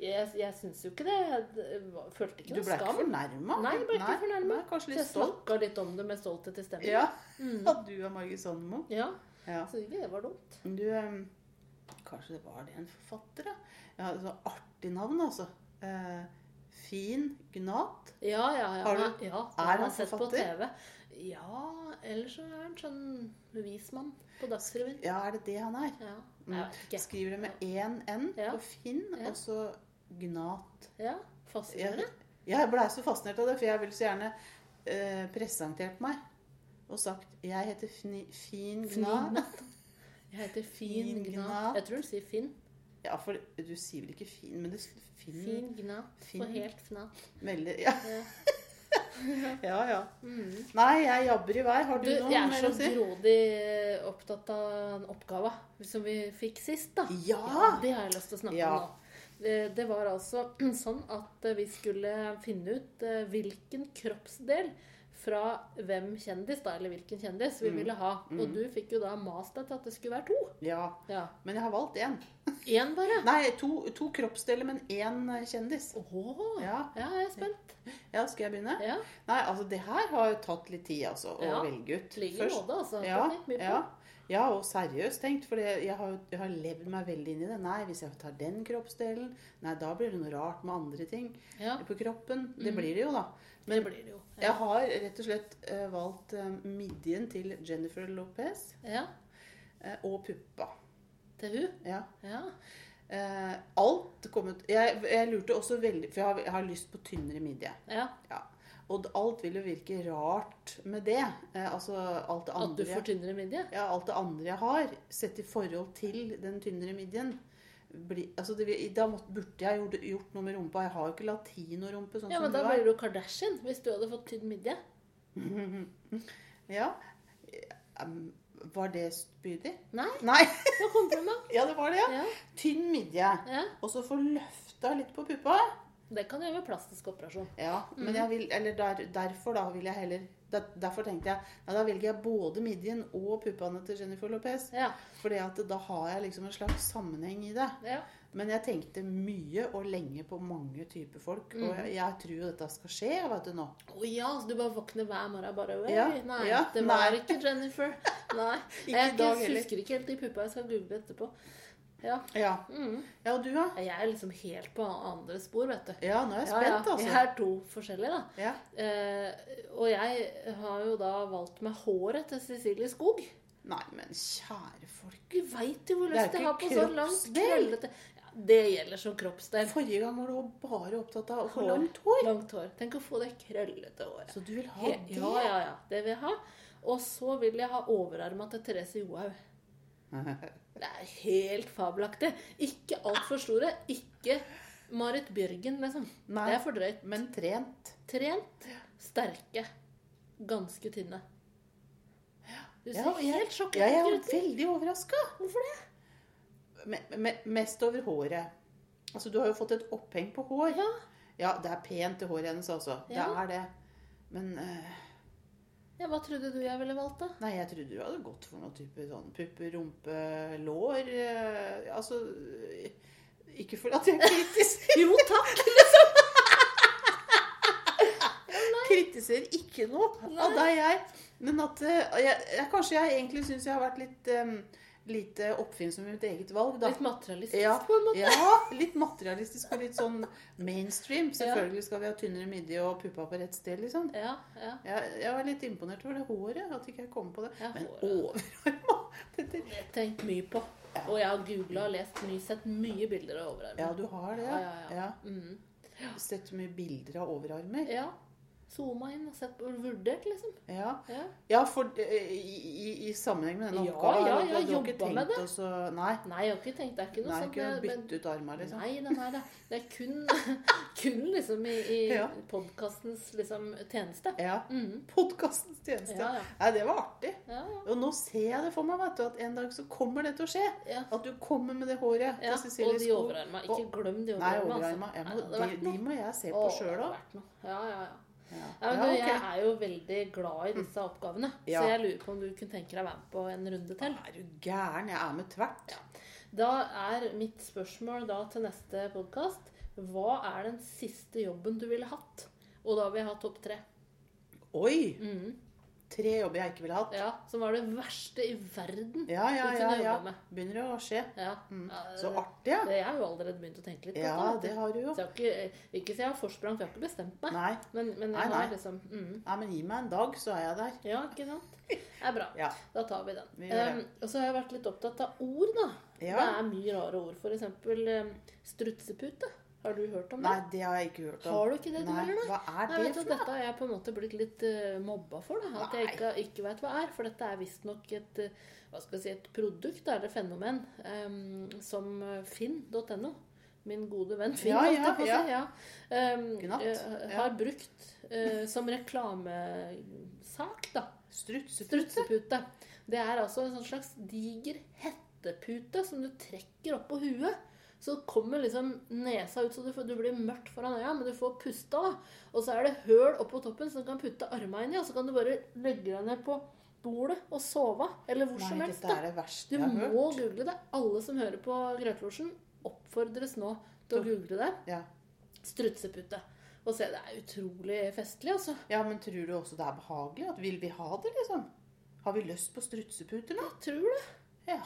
S1: Jeg, jeg syns jo ikke det. Jeg d- følte ikke
S2: Du
S1: noe
S2: ble ikke
S1: skam.
S2: fornærma?
S1: Nei, jeg ble ikke fornærmet.
S2: Kanskje
S1: Så
S2: litt
S1: jeg
S2: stolt?
S1: snakka litt om det med stolthet i stemmen.
S2: Ja.
S1: Mm.
S2: At du og Margit Sandemo.
S1: ja.
S2: Ja.
S1: Jeg syns ikke det var dumt.
S2: Du, em, kanskje det var det en forfatter, da? Ja, så artig navn, altså. Eh, fin Gnat.
S1: Ja, ja, ja.
S2: Har du-
S1: ja,
S2: er
S1: jeg
S2: han
S1: har sett på TV.
S2: forfatter?
S1: Ja, eller så er han sånn bevismann på Dagsrevyen.
S2: Ja, er det det han er?
S1: Ja,
S2: Mm.
S1: jeg vet ikke.
S2: Skriver det med én N
S1: Ja.
S2: på Finn,
S1: Ja.
S2: og så Gnat.
S1: Ja,
S2: Jeg,
S1: Fascinerende.
S2: jeg blei så fascinert av det, for jeg ville så gjerne eh, presentert meg og sagt 'Jeg heter Fni, Fin Gnat'.
S1: Gnat. Jeg heter Fin
S2: Fin
S1: Gnat.
S2: Gnat.
S1: Jeg tror hun sier Finn.
S2: Ja, for du sier vel ikke Fin, men det s- Finn, fin.
S1: Fin Gnat.
S2: Mm. Finn.
S1: Og helt fnat.
S2: Veldig Ja,
S1: Ja.
S2: ja. ja.
S1: Mm.
S2: Nei, jeg jabber i vei. Har du,
S1: Du,
S2: noe
S1: jeg er
S2: mer
S1: så
S2: å si?
S1: grådig eh, opptatt av en oppgave som vi fikk sist, da.
S2: Ja!
S1: Det har jeg lyst til å snakke
S2: Ja.
S1: om nå. Det, det var altså sånn at vi skulle finne ut eh, hvilken kroppsdel fra hvem kjendis, da, eller hvilken kjendis vi
S2: Mm.
S1: ville ha.
S2: Mm.
S1: Og du fikk jo da mast deg til at det skulle være to.
S2: Ja,
S1: Ja.
S2: men jeg har valgt én.
S1: Én bare.
S2: Nei, to, to kroppsdeler, men én eh, kjendis.
S1: Åh, ja.
S2: Ja.
S1: jeg er spent.
S2: ja, skal jeg begynne?
S1: Ja,
S2: Nei, altså det her har jo tatt litt tid altså, å
S1: Ja,
S2: velge ut.
S1: Ligger i nåde, altså.
S2: Ja,
S1: Det er mye på.
S2: ja. ja, og seriøst tenkt, for det- jeg har, jo- jeg har levd meg veldig inn i det. Nei, hvis jeg tar den kroppsdelen, nei, da blir det noe rart med andre ting
S1: ja.
S2: på kroppen. Det
S1: Mm.
S2: blir det jo, da.
S1: Det
S2: Men
S1: blir det jo.
S2: jeg har rett og slett eh, valgt eh, midjen til Jennifer Lopez
S1: Ja.
S2: eh, og puppa.
S1: Til hun.
S2: Ja.
S1: Ja.
S2: Eh, alt kommet jeg, jeg lurte også veldig For jeg har, jeg har lyst på tynnere midje.
S1: ja.
S2: Ja. Og d- alt vil jo virke rart med det. Eh, altså alt det
S1: At du
S2: andre
S1: får tynnere midje.
S2: ja, alt det andre jeg har, sett i forhold til den tynnere midjen bli, altså det, vil- Da måtte, burde jeg gjort, gjort noe med rumpa. Jeg har jo ikke latinorumpe sånn
S1: Ja, men
S2: som du
S1: da
S2: har.
S1: blir du Kardashian hvis du hadde fått tynn midje.
S2: Ja. Eh, em, Var det spydig?
S1: Nei,
S2: Nei!
S1: det var kompliment.
S2: Ja, det var det, ja.
S1: Ja,
S2: Tynn midje.
S1: ja.
S2: Og så få løfta litt på puppa.
S1: Det kan du gjøre med plastisk operasjon.
S2: Ja, men
S1: Mhm.
S2: jeg vil, eller der, derfor da vil jeg heller der, Derfor tenkte jeg ja, da velger jeg både midjen og puppene til Jennifer Lopez.
S1: Ja,
S2: For da har jeg liksom en slags sammenheng i det.
S1: ja.
S2: Men jeg tenkte mye og lenge på mange typer folk. Og
S1: Mm.
S2: jeg, jeg tror jo dette skal skje, vet du nå.
S1: Å ja, så du bare våkner hver morgen bare «Oi,
S2: Ja,
S1: Nei,
S2: ja,
S1: det var
S2: nei.
S1: ikke Jennifer. Nei.
S2: i
S1: Jeg,
S2: dag
S1: jeg
S2: heller.
S1: husker ikke helt de puppa. Jeg skal google etterpå. Ja.
S2: Ja.
S1: Mm.
S2: ja, og du, da?
S1: Jeg er liksom helt på andre spor, vet du.
S2: Ja, nå er jeg spent,
S1: Jeg
S2: altså.
S1: er to forskjellige, da.
S2: Ja.
S1: Eh, og jeg har jo da valgt meg håret til Cecilie Skog.
S2: Nei, men kjære folk.
S1: Du veit jo hvor
S2: Det er
S1: lyst jeg
S2: ikke
S1: har på så langt
S2: kroppsdel.
S1: krøllete ja, Det gjelder som kroppsdel.
S2: Forrige gang var du jo bare opptatt av å få
S1: Hår.
S2: langt hår.
S1: Langt hår. Tenk å få det krøllete håret.
S2: Så du vil ha
S1: He-
S2: det?
S1: Ja, ja, ja. Det vil jeg ha. Og så vil jeg ha overarma til Therese Johaug. Det er helt fabelaktig. Ikke altfor store. Ikke Marit Bjørgen, liksom.
S2: Nei,
S1: Det er for drøyt.
S2: men trent.
S1: Trent, sterke, ganske tynne. Du ser
S2: Ja, jeg-
S1: helt
S2: Ja, jeg
S1: sjokkert
S2: er
S1: ut.
S2: veldig overraska.
S1: Hvorfor det?
S2: Me, me, mest over håret. Altså, du har jo fått et oppheng på hår.
S1: Ja.
S2: Ja, det er pent i håret hennes, altså.
S1: Ja.
S2: Det er det. Men eh,
S1: Ja, hva trodde du jeg ville valgt, da?
S2: Nei, jeg trodde du hadde gått for noe type sånn pupper, rumpe, lår eh, Altså eh, Ikke for at jeg kritiserer,
S1: Jo takk!
S2: kritiserer ikke noe
S1: Nei.
S2: av deg, jeg. Men at eh, jeg, jeg, Kanskje jeg egentlig syns jeg har vært litt eh, lite oppfinnsom i mitt eget valg, da.
S1: Litt materialistisk,
S2: Ja,
S1: på en måte.
S2: ja, litt materialistisk og litt sånn mainstream.
S1: Ja.
S2: Selvfølgelig skal vi ha tynnere midje og puppa på rett sted, liksom.
S1: Ja, ja.
S2: Jeg, jeg var litt imponert over det håret, at ikke jeg kom på det.
S1: Ja,
S2: Men
S1: håret.
S2: overarma Dette-
S1: Jeg har tenkt mye på. Og jeg har googla og lest mye, sett mye bilder av overarmen.
S2: Ja, du har det.
S1: Ja, ja, ja.
S2: Ja.
S1: Mm.
S2: Sett mye bilder av overarmer.
S1: ja. Zooma inn og sett på vurdert, liksom.
S2: Ja,
S1: Ja.
S2: ja for eh, i, i, i sammenheng med denne
S1: Ja,
S2: oppgaven
S1: ja,
S2: har
S1: ja,
S2: du- du har ikke
S1: jobba med
S2: tenkt oss å Nei.
S1: Nei, jeg har ikke tenkt det er ikke noe sånn
S2: Nei,
S1: sånt.
S2: ikke å
S1: men-
S2: bytte ut armer, liksom.
S1: Nei, nei, nei, nei. det er kun, kun liksom i, i
S2: Ja.
S1: podkastens liksom, tjeneste.
S2: Ja.
S1: Mm.
S2: Podkastens tjeneste.
S1: Ja, ja.
S2: Nei, det var artig.
S1: Ja, ja.
S2: Og nå ser jeg det for meg, vet du, at en dag så kommer det til å skje.
S1: ja.
S2: At du kommer med det håret
S1: ja.
S2: til Cecilie
S1: Og de
S2: Skog.
S1: overarma. Ikke glem de
S2: Nei,
S1: overarma.
S2: overarma. Jeg
S1: Nei,
S2: må,
S1: det
S2: de,
S1: hadde vært
S2: de
S1: noe.
S2: må jeg se på
S1: Å, det
S2: sjøl
S1: hadde
S2: òg.
S1: vært noe. Ja, ja, ja.
S2: Ja,
S1: Ja, men
S2: Ja,
S1: du,
S2: ok.
S1: Jeg er jo veldig glad i disse oppgavene,
S2: Ja.
S1: så jeg lurer på om du kunne tenke deg å være med på en runde til.
S2: Er du gæren? Jeg er med tvert.
S1: Da er mitt spørsmål da til neste podkast Hva er den siste jobben du ville hatt? Og da vil jeg ha topp tre.
S2: Oi!
S1: Mhm.
S2: Tre jobber jeg ikke ville hatt.
S1: Ja, Som var det verste i verden
S2: Ja, ja,
S1: du
S2: ja.
S1: kunne
S2: ja.
S1: jobbe sånn med.
S2: Begynner å skje.
S1: Ja.
S2: Mm.
S1: Ja,
S2: Så artig, ja.
S1: det, jeg har jo allerede begynt å tenke litt på
S2: Ja,
S1: vet du.
S2: det har du jo.
S1: Så jeg har ikke, eh, ikke si jeg har forsprang, for jeg har ikke bestemt meg.
S2: Nei.
S1: Men, men jeg
S2: Nei, nei.
S1: har liksom mm.
S2: Nei, men gi meg en dag, så er jeg der.
S1: Ja, ikke sant? Det er bra.
S2: Ja.
S1: Da tar vi den.
S2: Vi gjør det.
S1: Ehm, og så har jeg vært litt opptatt av ord, da.
S2: Ja.
S1: Det er mye rare ord. For eksempel um, strutsepute. Har du hørt om det?
S2: Nei, det har jeg ikke hørt om.
S1: Har du ikke det, du
S2: Nei,
S1: heller?
S2: Hva er
S1: Nei,
S2: det
S1: vet du,
S2: for noe?
S1: dette har jeg på en måte blitt litt eh, mobba for. da, At jeg ikke, ikke vet hva er. For dette er visstnok et, eh, hva skal jeg si, et produkt da, eller fenomen em, som eh, finn.no, min gode venn Finn,
S2: Ja,
S1: holdt jeg
S2: ja,
S1: på å si,
S2: ja.
S1: ja, em,
S2: Gnatt,
S1: eh,
S2: ja.
S1: har brukt eh, som reklamesak. da,
S2: Strutsepute?
S1: Strutsepute. Det er altså en sånn slags diger hettepute som du trekker opp på huet. Så kommer liksom nesa ut, så du, får, du blir mørkt foran øya, men du får pusta. da. Og så er det høl oppå toppen, så du kan putte armene inn i. Og så kan du bare legge deg ned på bordet og sove. Eller hvor som
S2: Nei,
S1: helst.
S2: dette
S1: da.
S2: er det verste
S1: Du
S2: jeg har hørt.
S1: må google det. Alle som hører på Grøtlosjen, oppfordres nå til å google det.
S2: Ja.
S1: Strutsepute. Og se, det er utrolig festlig, altså.
S2: ja, men tror du også det er behagelig? At vil vi ha det, liksom? Har vi lyst på strutseputer nå?
S1: Jeg tror det.
S2: Ja.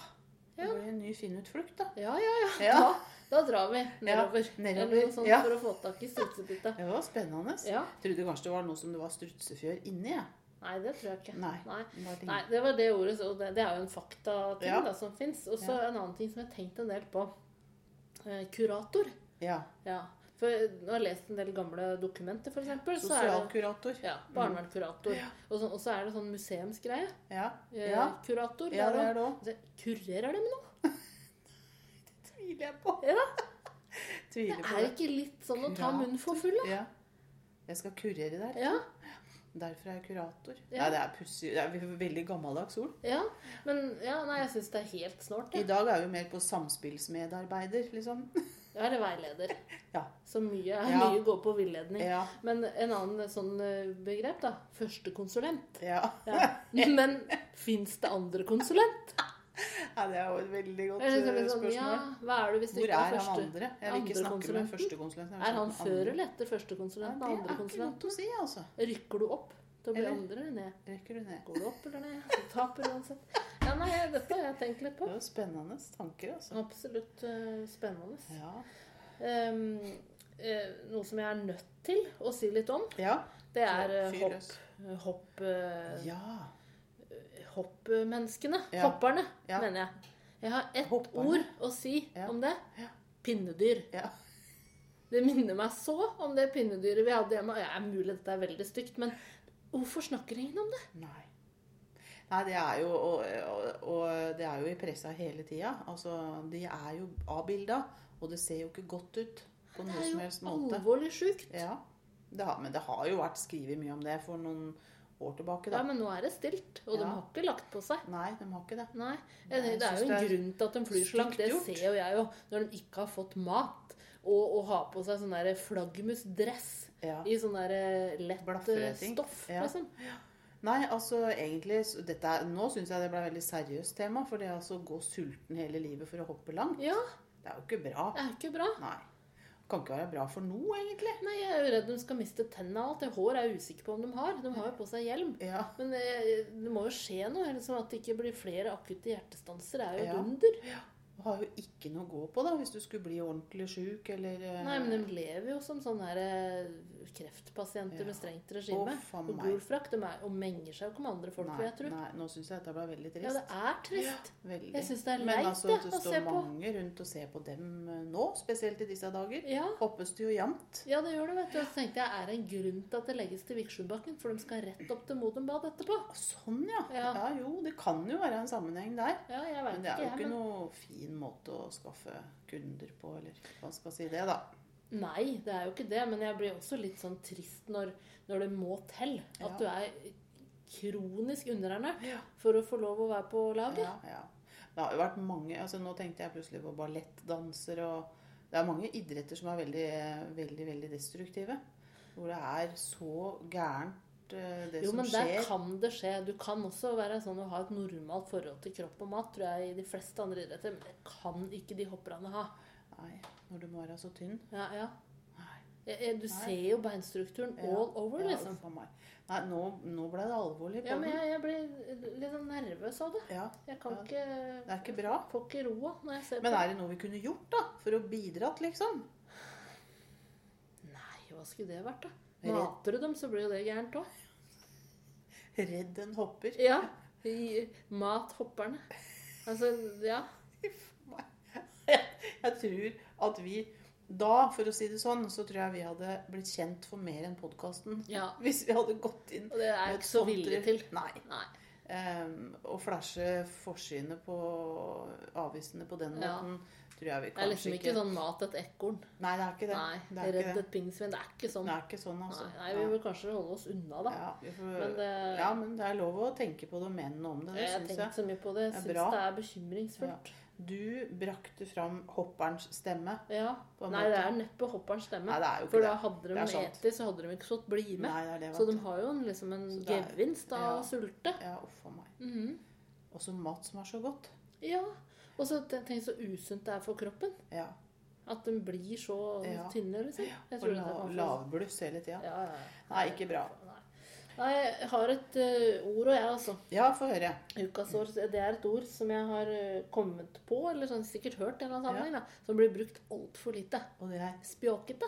S2: Det
S1: Ja.
S2: blir en ny Finn-utflukt, da.
S1: Ja, ja, ja.
S2: Ja.
S1: Da, da drar vi nedover.
S2: nedover,
S1: Eller noe sånt
S2: ja.
S1: for å få tak i strutsepytta.
S2: Det var spennende.
S1: Ja.
S2: Trodde kanskje det var noe som det var strutsefjør inni, jeg.
S1: Nei, det tror jeg ikke.
S2: Nei.
S1: Nei.
S2: Det var ting-
S1: Nei, det var det ordet. Og det, det er jo en faktating
S2: Ja.
S1: da, som fins. Og så en annen ting som jeg har tenkt en del på. Eh, Kurator.
S2: Ja.
S1: Ja. For når jeg har lest en del gamle dokumenter, for eksempel, så er det
S2: Sosialkurator.
S1: ja, barnevernskurator.
S2: Mm. Ja.
S1: Og, så, og så er det sånn museumsgreie.
S2: Ja.
S1: Eh,
S2: Ja.
S1: Kurator.
S2: ja,
S1: der
S2: det er
S1: også.
S2: det òg.
S1: Så, Kurerer de med noe?
S2: Tviler jeg på.
S1: Ja. Det
S2: Tviler på
S1: er
S2: det.
S1: ikke litt sånn å ta
S2: Kurator.
S1: munnen for full, da?
S2: Ja. Jeg skal kurere der.
S1: Ja.
S2: Derfor er jeg kurator.
S1: Ja.
S2: Nei, det er pussig. Det er veldig gammeldags ord.
S1: Ja, men ja, nei, jeg syns det er helt snålt.
S2: I
S1: Ja.
S2: dag er vi mer på samspillsmedarbeider, liksom.
S1: Jeg er veileder.
S2: Ja.
S1: Så mye,
S2: Ja.
S1: mye går på villedning.
S2: Ja.
S1: Men en annen sånn eh, begrep, da. Førstekonsulent.
S2: ja.
S1: Ja. Men fins det andre konsulent?
S2: ja det er jo et veldig godt
S1: Eller
S2: eh,
S1: så blir det sånn, ja,
S2: spørsmål.
S1: hva er du hvis du
S2: Hvor
S1: ikke
S2: er
S1: er
S2: han
S1: første?
S2: andre? Jeg vil ikke
S1: andre
S2: snakke med
S1: konsulenten?
S2: førstekonsulenten.
S1: Er han før eller etter førstekonsulenten og
S2: andre konsulent?
S1: andrekonsulenten?
S2: Det er ikke godt å si, altså.
S1: Rykker du opp? Da blir
S2: Eller-
S1: andre eller ned.
S2: Rekker du ned?
S1: Går du opp eller ned? Du taper uansett. Ja, nei, dette har jeg tenkt litt
S2: Det
S1: på.
S2: er jo spennende tanker, altså.
S1: Absolutt eh, spennende.
S2: Ja.
S1: Ehm, eh, noe som jeg er nødt til å si litt om,
S2: Ja.
S1: det er eh,
S2: Fyr
S1: hopp,
S2: løs.
S1: hopp, eh,
S2: Ja.
S1: hoppmenneskene.
S2: Ja.
S1: Hopperne,
S2: Ja.
S1: mener jeg. Jeg har ett
S2: Hopperne.
S1: ord å si
S2: Ja.
S1: om det.
S2: Ja.
S1: Pinnedyr.
S2: Ja.
S1: Det minner meg så om det pinnedyret vi hadde hjemme. Ja, det er mulig dette er veldig stygt, men hvorfor snakker ingen om det?
S2: Nei. Nei, det er jo Og, og, og det er jo i pressa hele tida. Altså, de er jo avbilda, og det ser jo ikke godt ut på
S1: Det
S2: noe
S1: er
S2: som helst
S1: jo
S2: måte.
S1: alvorlig sjukt. Ja.
S2: Ja. Det har, men det har jo vært skrevet mye om det for noen år tilbake, da.
S1: men nå er det stilt, og de
S2: Ja.
S1: har ikke lagt på seg.
S2: Nei, de har ikke det.
S1: Nei,
S2: Nei, jeg
S1: det er jo en
S2: synes det er
S1: grunn til at de flyr så langt.
S2: stygt
S1: Det
S2: gjort.
S1: ser jo jeg jo. Når de ikke har fått mat, og, og har på seg sånn der flaggermusdress
S2: Ja.
S1: i sånn der eh, lett eh,
S2: Blaffere ting.
S1: stoff,
S2: Ja.
S1: liksom.
S2: Nei, altså egentlig s- dette er, Nå syns jeg det ble et veldig seriøst tema, for det altså å gå sulten hele livet for å hoppe langt,
S1: Ja,
S2: det er jo ikke bra.
S1: det er jo ikke bra.
S2: Nei. Kan ikke være bra for noe, egentlig.
S1: Nei, jeg er jo redd de skal miste tennene og alt. Det Hår er jeg usikker på om de har. De har jo på seg hjelm.
S2: Ja.
S1: Men eh, det må jo skje noe. eller Sånn at det ikke blir flere akutte hjertestanser, er jo et
S2: Ja.
S1: under.
S2: Du har jo ikke noe å gå på, da, hvis du skulle bli ordentlig sjuk eller eh,
S1: Nei, men de lever jo som sånne her eh, kreftpasienter
S2: Ja.
S1: med strengt regime.
S2: Å, faen
S1: og
S2: meg.
S1: gul frakk. De er, og menger seg jo ikke med andre folk,
S2: nei,
S1: vil jeg tro.
S2: nei, nå syns jeg dette ble veldig
S1: Ja,
S2: trist.
S1: det er trist.
S2: veldig.
S1: Jeg syns det er
S2: Men
S1: leit,
S2: altså,
S1: jeg,
S2: at
S1: å
S2: det
S1: se
S2: står
S1: på.
S2: mange rundt og ser på dem eh, nå, spesielt i disse dager.
S1: Ja,
S2: Hoppes det jo jevnt.
S1: ja det gjør det, vet du. Og så tenkte jeg, er det en grunn til at det legges til Viksjøbakken? For de skal rett opp til Modumbadet etterpå.
S2: Sånn, ja. ja.
S1: Ja.
S2: Jo, det kan jo være en sammenheng der.
S1: Ja, jeg
S2: Men
S1: veit
S2: det
S1: ikke,
S2: er jo
S1: jeg.
S2: ikke
S1: Men
S2: noe fin måte å skaffe kunder på, eller hva man skal si det, da.
S1: nei, det er jo ikke det. Men jeg blir også litt sånn trist når, når det må til.
S2: Ja.
S1: At du er kronisk underernært
S2: Ja.
S1: for å få lov å være på laget.
S2: Ja, ja. Det har jo vært mange altså Nå tenkte jeg plutselig på ballettdanser og Det er mange idretter som er veldig, veldig, veldig destruktive. Hvor det er så gærent eh, det
S1: Jo,
S2: som
S1: men der
S2: skjer.
S1: kan det skje. Du kan også være sånn å ha et normalt forhold til kropp og mat, tror jeg, i de fleste andre idretter. Men det kan ikke de hopperne ha.
S2: Nei, når du må være så tynn.
S1: Ja, ja.
S2: Nei.
S1: Ja, ja, Du ser jo beinstrukturen
S2: Ja.
S1: all over,
S2: Ja,
S1: liksom.
S2: uff a meg. Nei, nå, nå ble det alvorlig på
S1: Ja, men
S2: den.
S1: jeg, jeg blir litt sånn nervøs av det.
S2: Ja,
S1: Jeg kan
S2: Ja. det
S1: ikke
S2: er ikke bra.
S1: Får ikke roa når jeg ser
S2: Men
S1: på
S2: er det noe vi kunne gjort, da? For å bidratt, liksom?
S1: Nei, hva skulle det vært, da?
S2: Redd.
S1: Mater du dem, så blir jo det gærent òg.
S2: Redd en hopper.
S1: Ja. I- Mat hopperne. Altså, ja.
S2: Jeg tror at vi da, for å si det sånn, så tror jeg vi hadde blitt kjent for mer enn podkasten.
S1: ja.
S2: Hvis vi hadde gått inn
S1: Og det er
S2: med
S1: jeg
S2: et
S1: ikke så
S2: sånt
S1: villig
S2: driv-
S1: til.
S2: Nei.
S1: Nei.
S2: Ehm, å flashe forsidene på avisene på den
S1: Ja.
S2: måten tror jeg vi
S1: Det er
S2: kanskje
S1: liksom ikke sånn mat et ekorn.
S2: Nei, det er ikke det.
S1: Nei.
S2: det, er
S1: Redd
S2: ikke det.
S1: et pinnsvin. Det er ikke sånn.
S2: det
S1: Nei,
S2: er ikke sånn, altså.
S1: nei, vi vil kanskje holde oss unna, da.
S2: ja, vi får,
S1: Men det,
S2: ja, men det er lov å tenke på det og mene noe om det. Det
S1: jeg har
S2: syns jeg.
S1: tenkt så mye på det. Jeg
S2: Det er
S1: syns
S2: bra.
S1: det er bekymringsfullt.
S2: Du brakte fram hopperens stemme.
S1: Ja.
S2: På en
S1: Nei,
S2: måte.
S1: det er neppe hopperens stemme.
S2: Nei, det er jo ikke
S1: For da
S2: det.
S1: hadde de
S2: Det er sant.
S1: etisk, så hadde de ikke fått bli med.
S2: Nei, det er det,
S1: Så
S2: vet
S1: de
S2: du.
S1: har jo en, liksom en
S2: Så det er-
S1: gevinst av
S2: ja.
S1: å sulte.
S2: Ja, uff a meg.
S1: Mhm.
S2: Også mat som er så godt.
S1: Ja. Og så ten- tenk så usunt det er for kroppen.
S2: Ja.
S1: At den blir så
S2: Ja.
S1: tynne, liksom. Jeg
S2: Og
S1: tror det
S2: la,
S1: kan få-
S2: lavbluss hele tida.
S1: Ja, ja, ja.
S2: Nei, ikke bra.
S1: Nei. Nei, jeg har et eh, ord, og jeg, altså.
S2: Ja, få høre.
S1: Ukas år, det er et ord som jeg har eh, kommet på, eller sånn, sikkert hørt i en eller annen sammenheng, da, som blir brukt altfor lite.
S2: Og det er,
S1: Spjåkete.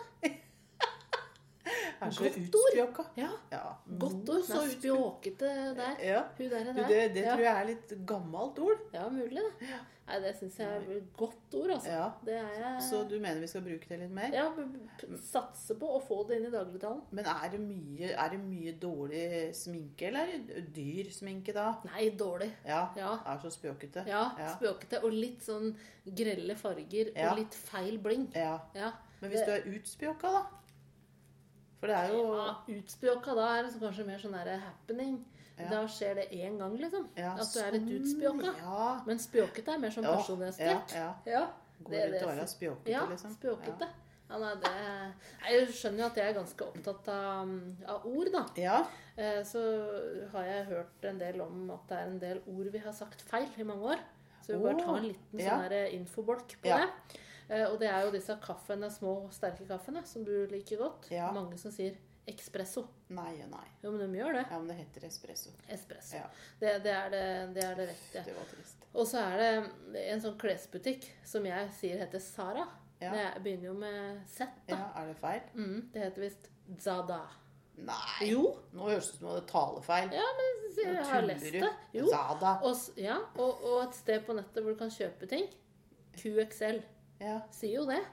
S2: er så
S1: Godt ord.
S2: utspjåka.
S1: Ja.
S2: Ja.
S1: Godt ord.
S2: så
S1: Så spjåkete der.
S2: Ja.
S1: Hun der er
S2: Mm, Du,
S1: der.
S2: det, det
S1: ja.
S2: tror jeg er litt gammelt ord.
S1: ja, mulig, det. Nei, det syns jeg er et godt ord, altså.
S2: Ja.
S1: Det er jeg
S2: Så du mener vi skal bruke det litt mer?
S1: Ja, b- b- satse på å få det inn i dagligtalen.
S2: Men er det, mye, er det mye dårlig sminke, eller er det dyr sminke da?
S1: Nei, dårlig.
S2: Ja.
S1: Ja.
S2: Det er så spjåkete.
S1: Ja,
S2: Ja.
S1: spjåkete og litt sånn grelle farger
S2: Ja.
S1: og litt feil blink.
S2: Ja.
S1: Ja.
S2: Men hvis du er utspjåka, da? For det er jo
S1: ja utspjåka da er det så kanskje mer sånn der happening.
S2: Ja.
S1: Da skjer det én gang, liksom.
S2: ja,
S1: At du er litt
S2: sånn,
S1: utspjåka.
S2: Ja.
S1: Men spjåkete er mer sånn
S2: Ja,
S1: personlighetsstyrt.
S2: Ja, ja.
S1: Ja.
S2: Går
S1: Det-
S2: rundt
S1: det
S2: og er
S1: sy-
S2: spjåkete,
S1: ja,
S2: liksom.
S1: spjåkete. Ja, nei, det Nei, Jeg skjønner jo at jeg er ganske opptatt av, av ord, da.
S2: Ja.
S1: Eh, Så har jeg hørt en del om at det er en del ord vi har sagt feil i mange år. Så vi bare
S2: Åh,
S1: tar en liten
S2: ja.
S1: sånn der infobolk på
S2: Ja.
S1: det. Eh, Og det er jo disse kaffene, små, sterke kaffene som du liker godt.
S2: Ja.
S1: Mange som sier espresso.
S2: Nei og nei.
S1: Jo, men de gjør det.
S2: Ja, men det heter espresso.
S1: Espresso.
S2: Ja.
S1: Det, det, er det, det er det rette.
S2: Det var trist.
S1: Og så er det en sånn klesbutikk som jeg sier heter Sara.
S2: Ja.
S1: Det begynner jo med Z, da.
S2: Ja, er det feil?
S1: Mm, det heter visst Zada.
S2: Nei.
S1: Jo,
S2: Nå høres det ut som du hadde talefeil.
S1: Ja, jeg
S2: Nå
S1: har
S2: tuller
S1: lest
S2: du.
S1: det. Jo,
S2: Zada.
S1: Og, s- ja, og, og et sted på nettet hvor du kan kjøpe ting. QXL
S2: Ja.
S1: sier jo det.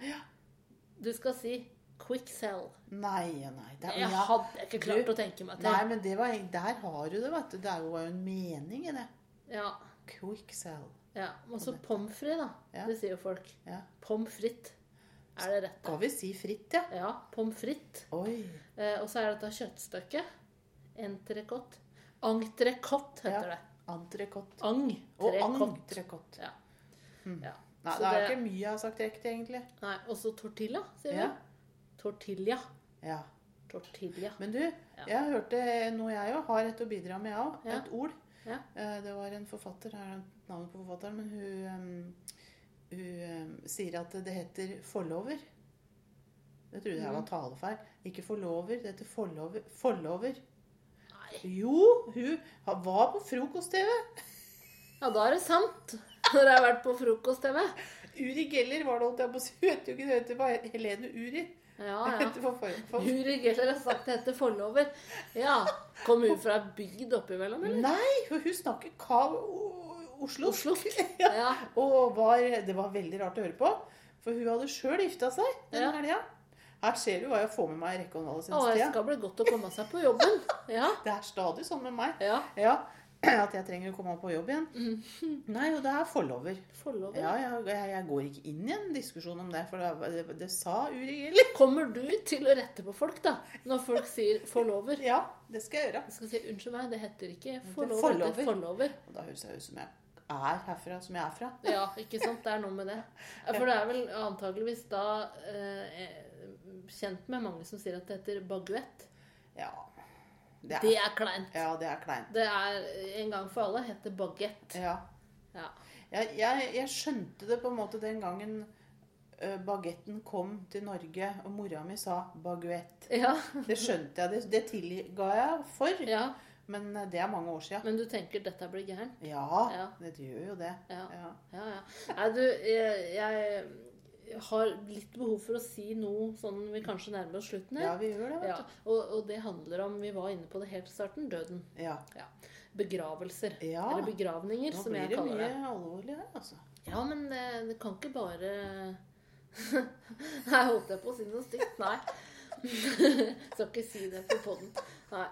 S1: Du skal si Quicksell.
S2: Nei og nei. Det er,
S1: Jeg
S2: ja.
S1: hadde ikke klart
S2: Du-
S1: å tenke meg
S2: Nei,
S1: til.
S2: men det var, egentlig- der har du det, vet du. Det er jo en mening i det.
S1: Ja,
S2: Quick sell.
S1: ja. Og så pommes frites, da.
S2: Ja.
S1: Det sier jo folk.
S2: Ja.
S1: Pommes frites er det rette.
S2: Skal vi si fritt, ja?
S1: Ja, pommes frites.
S2: Oi.
S1: Eh, og så er dette kjøttstykket. Entrecôte. Entrecôte heter
S2: Ja.
S1: det.
S2: Entrecôte. Og
S1: Entrecôte.
S2: entrecôte. Hmm.
S1: Ja. Ja.
S2: Nei,
S1: Så
S2: det er jo
S1: det-
S2: ikke mye jeg har sagt riktig, egentlig.
S1: Nei, og så tortilla, sier vi.
S2: Ja.
S1: Tortilla.
S2: Ja.
S1: Tortilla.
S2: Men du, jeg hørte noe jeg òg har et å bidra med, jeg òg.
S1: Ja.
S2: Et ord.
S1: Ja.
S2: Eh, Det var en forfatter, her er navnet på forfatteren, men hun, em, hun em, sier at det heter forlover. Det trodde jeg
S1: Mm.
S2: var talefeil. Ikke forlover, det heter forlover. Forlover.
S1: Nei.
S2: Jo, hun ha- var på frokost-TV.
S1: Ja, da er det sant. Når jeg har vært på frokost-TV.
S2: Uri Geller var det, holdt jeg på å si. Hun heter jo ikke det, heter bare Helene Uri.
S1: Ja, ja.
S2: Heter for, for, for.
S1: Uri Geller har sagt det heter forlover. Ja. Kom hun fra bygd oppimellom, eller?
S2: Nei, for hun snakker kav... o- Oslo.
S1: Oslo.
S2: ja.
S1: Ja.
S2: Og var, det var veldig rart å høre på. For hun hadde sjøl gifta seg den
S1: Ja.
S2: helga. Her ser du hva jeg får med meg i
S1: Å, det
S2: rekonvalesenstida.
S1: skal bli godt å komme seg på jobben. Ja.
S2: Det er stadig sånn med meg.
S1: ja.
S2: Ja, At jeg trenger å komme meg på jobb igjen.
S1: Mm.
S2: Nei, og det er forlover.
S1: Forlover.
S2: Ja, jeg, jeg, jeg går ikke inn i en diskusjon om det, for det, det, det sa Uri Geller.
S1: Kommer du til å rette på folk, da? Når folk sier forlover?
S2: Ja, det skal jeg gjøre.
S1: Jeg skal si unnskyld meg, det heter ikke
S2: er
S1: forlover. Det heter
S2: forlover.
S1: forlover.
S2: Og da høres jeg ut som jeg er herfra, som jeg er fra.
S1: Ja, ikke sant? Det er noe med det. Ja, For det er vel antageligvis da eh, kjent med mange som sier at det heter baguett.
S2: Ja. Det er,
S1: Det er kleint.
S2: ja, det er kleint.
S1: Det er en gang for alle heter baguette.
S2: Ja.
S1: Ja.
S2: Jeg, jeg, jeg skjønte det på en måte den gangen eh, bagetten kom til Norge, og mora mi sa 'baguett'.
S1: Ja,
S2: Det skjønte jeg, det, det tilga jeg for,
S1: ja.
S2: men eh, det er mange år siden.
S1: Men du tenker 'dette blir gærent'?
S2: Ja,
S1: Ja.
S2: det gjør jo det.
S1: Ja.
S2: Ja.
S1: Ja, ja. Nei, du, jeg, jeg har litt behov for å si noe sånn vi kanskje nærmer oss slutten
S2: ja,
S1: her.
S2: vi gjør det,
S1: Ja,
S2: vet
S1: og, og det handler om Vi var inne på det helt i starten. Døden.
S2: du. Ja.
S1: Begravelser.
S2: ja.
S1: Eller begravninger,
S2: Nå
S1: som
S2: blir
S1: jeg
S2: det
S1: kaller
S2: mye
S1: det.
S2: alvorlig her, altså.
S1: Ja, men det, det kan ikke bare Nei, holdt jeg på å si noe stygt? Nei. Skal ikke si det på poden. Nei.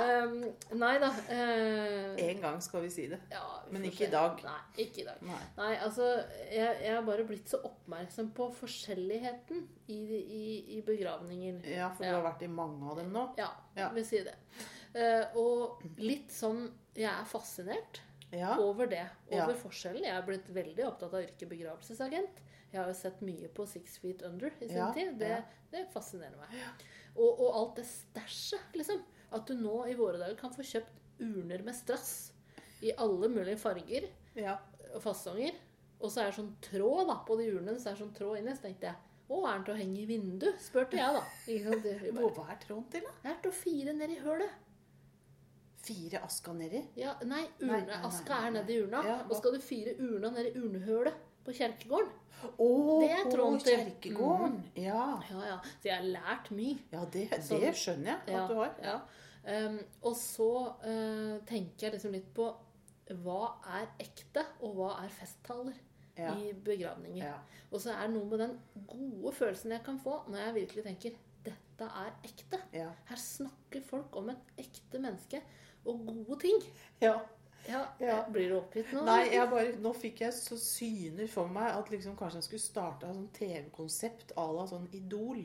S1: Ehm, nei da. eh,
S2: En gang skal vi si det.
S1: ja, vi
S2: men
S1: får
S2: ikke i
S1: se.
S2: dag.
S1: Nei, ikke i dag.
S2: Nei.
S1: Nei, altså, jeg, jeg har bare blitt så oppmerksom på forskjelligheten i, i, i begravninger.
S2: Ja, for du
S1: Ja.
S2: har vært i mange av dem nå.
S1: Ja,
S2: Ja.
S1: vi sier det. Eh, og litt sånn Jeg er fascinert
S2: Ja.
S1: over det.
S2: Ja.
S1: Over forskjellen. Jeg er blitt veldig opptatt av yrket begravelsesagent. Jeg har jo sett mye på Six Feet Under i sin
S2: Ja,
S1: tid. Det,
S2: ja.
S1: det fascinerer meg. Og, og alt det stæsjet, liksom. At du nå i våre dager kan få kjøpt urner med strass i alle mulige farger
S2: ja.
S1: og fasonger. Og så er det sånn tråd da, på de hjulene, så er det sånn tråd inni. Så tenkte jeg å, er den til å henge i vindu? spurte jeg, da. Ikke sant? Jeg
S2: Hvor-
S1: bare,
S2: Hva er tråden til, da?
S1: Det er til å fire ned i hølet.
S2: Fire aska nedi?
S1: Ja, nei,
S2: Nei, nei,
S1: urne,
S2: nei,
S1: aska er
S2: nei,
S1: nedi urna.
S2: Ja,
S1: Og skal du fire urna ned i urnehølet på kjerkegården?
S2: Å,
S1: Det er tråden til. Mm.
S2: kjerkegården. Ja.
S1: Ja, ja. Så jeg har lært mye.
S2: ja, det,
S1: Sånn.
S2: det skjønner jeg at
S1: Ja,
S2: du har.
S1: ja. Um, og så eh, tenker jeg liksom litt på hva er ekte, og hva er festtaler
S2: Ja.
S1: i begravninger.
S2: Ja.
S1: Og så er det noe med den gode følelsen jeg kan få når jeg virkelig tenker dette er ekte.
S2: Ja.
S1: Her snakker folk om et ekte menneske og gode ting.
S2: ja.
S1: Ja,
S2: Ja.
S1: Blir du oppgitt nå?
S2: Nei, jeg bare, nå fikk jeg så syner for meg at liksom kanskje jeg skulle starta sånn TV-konsept à la sånn Idol.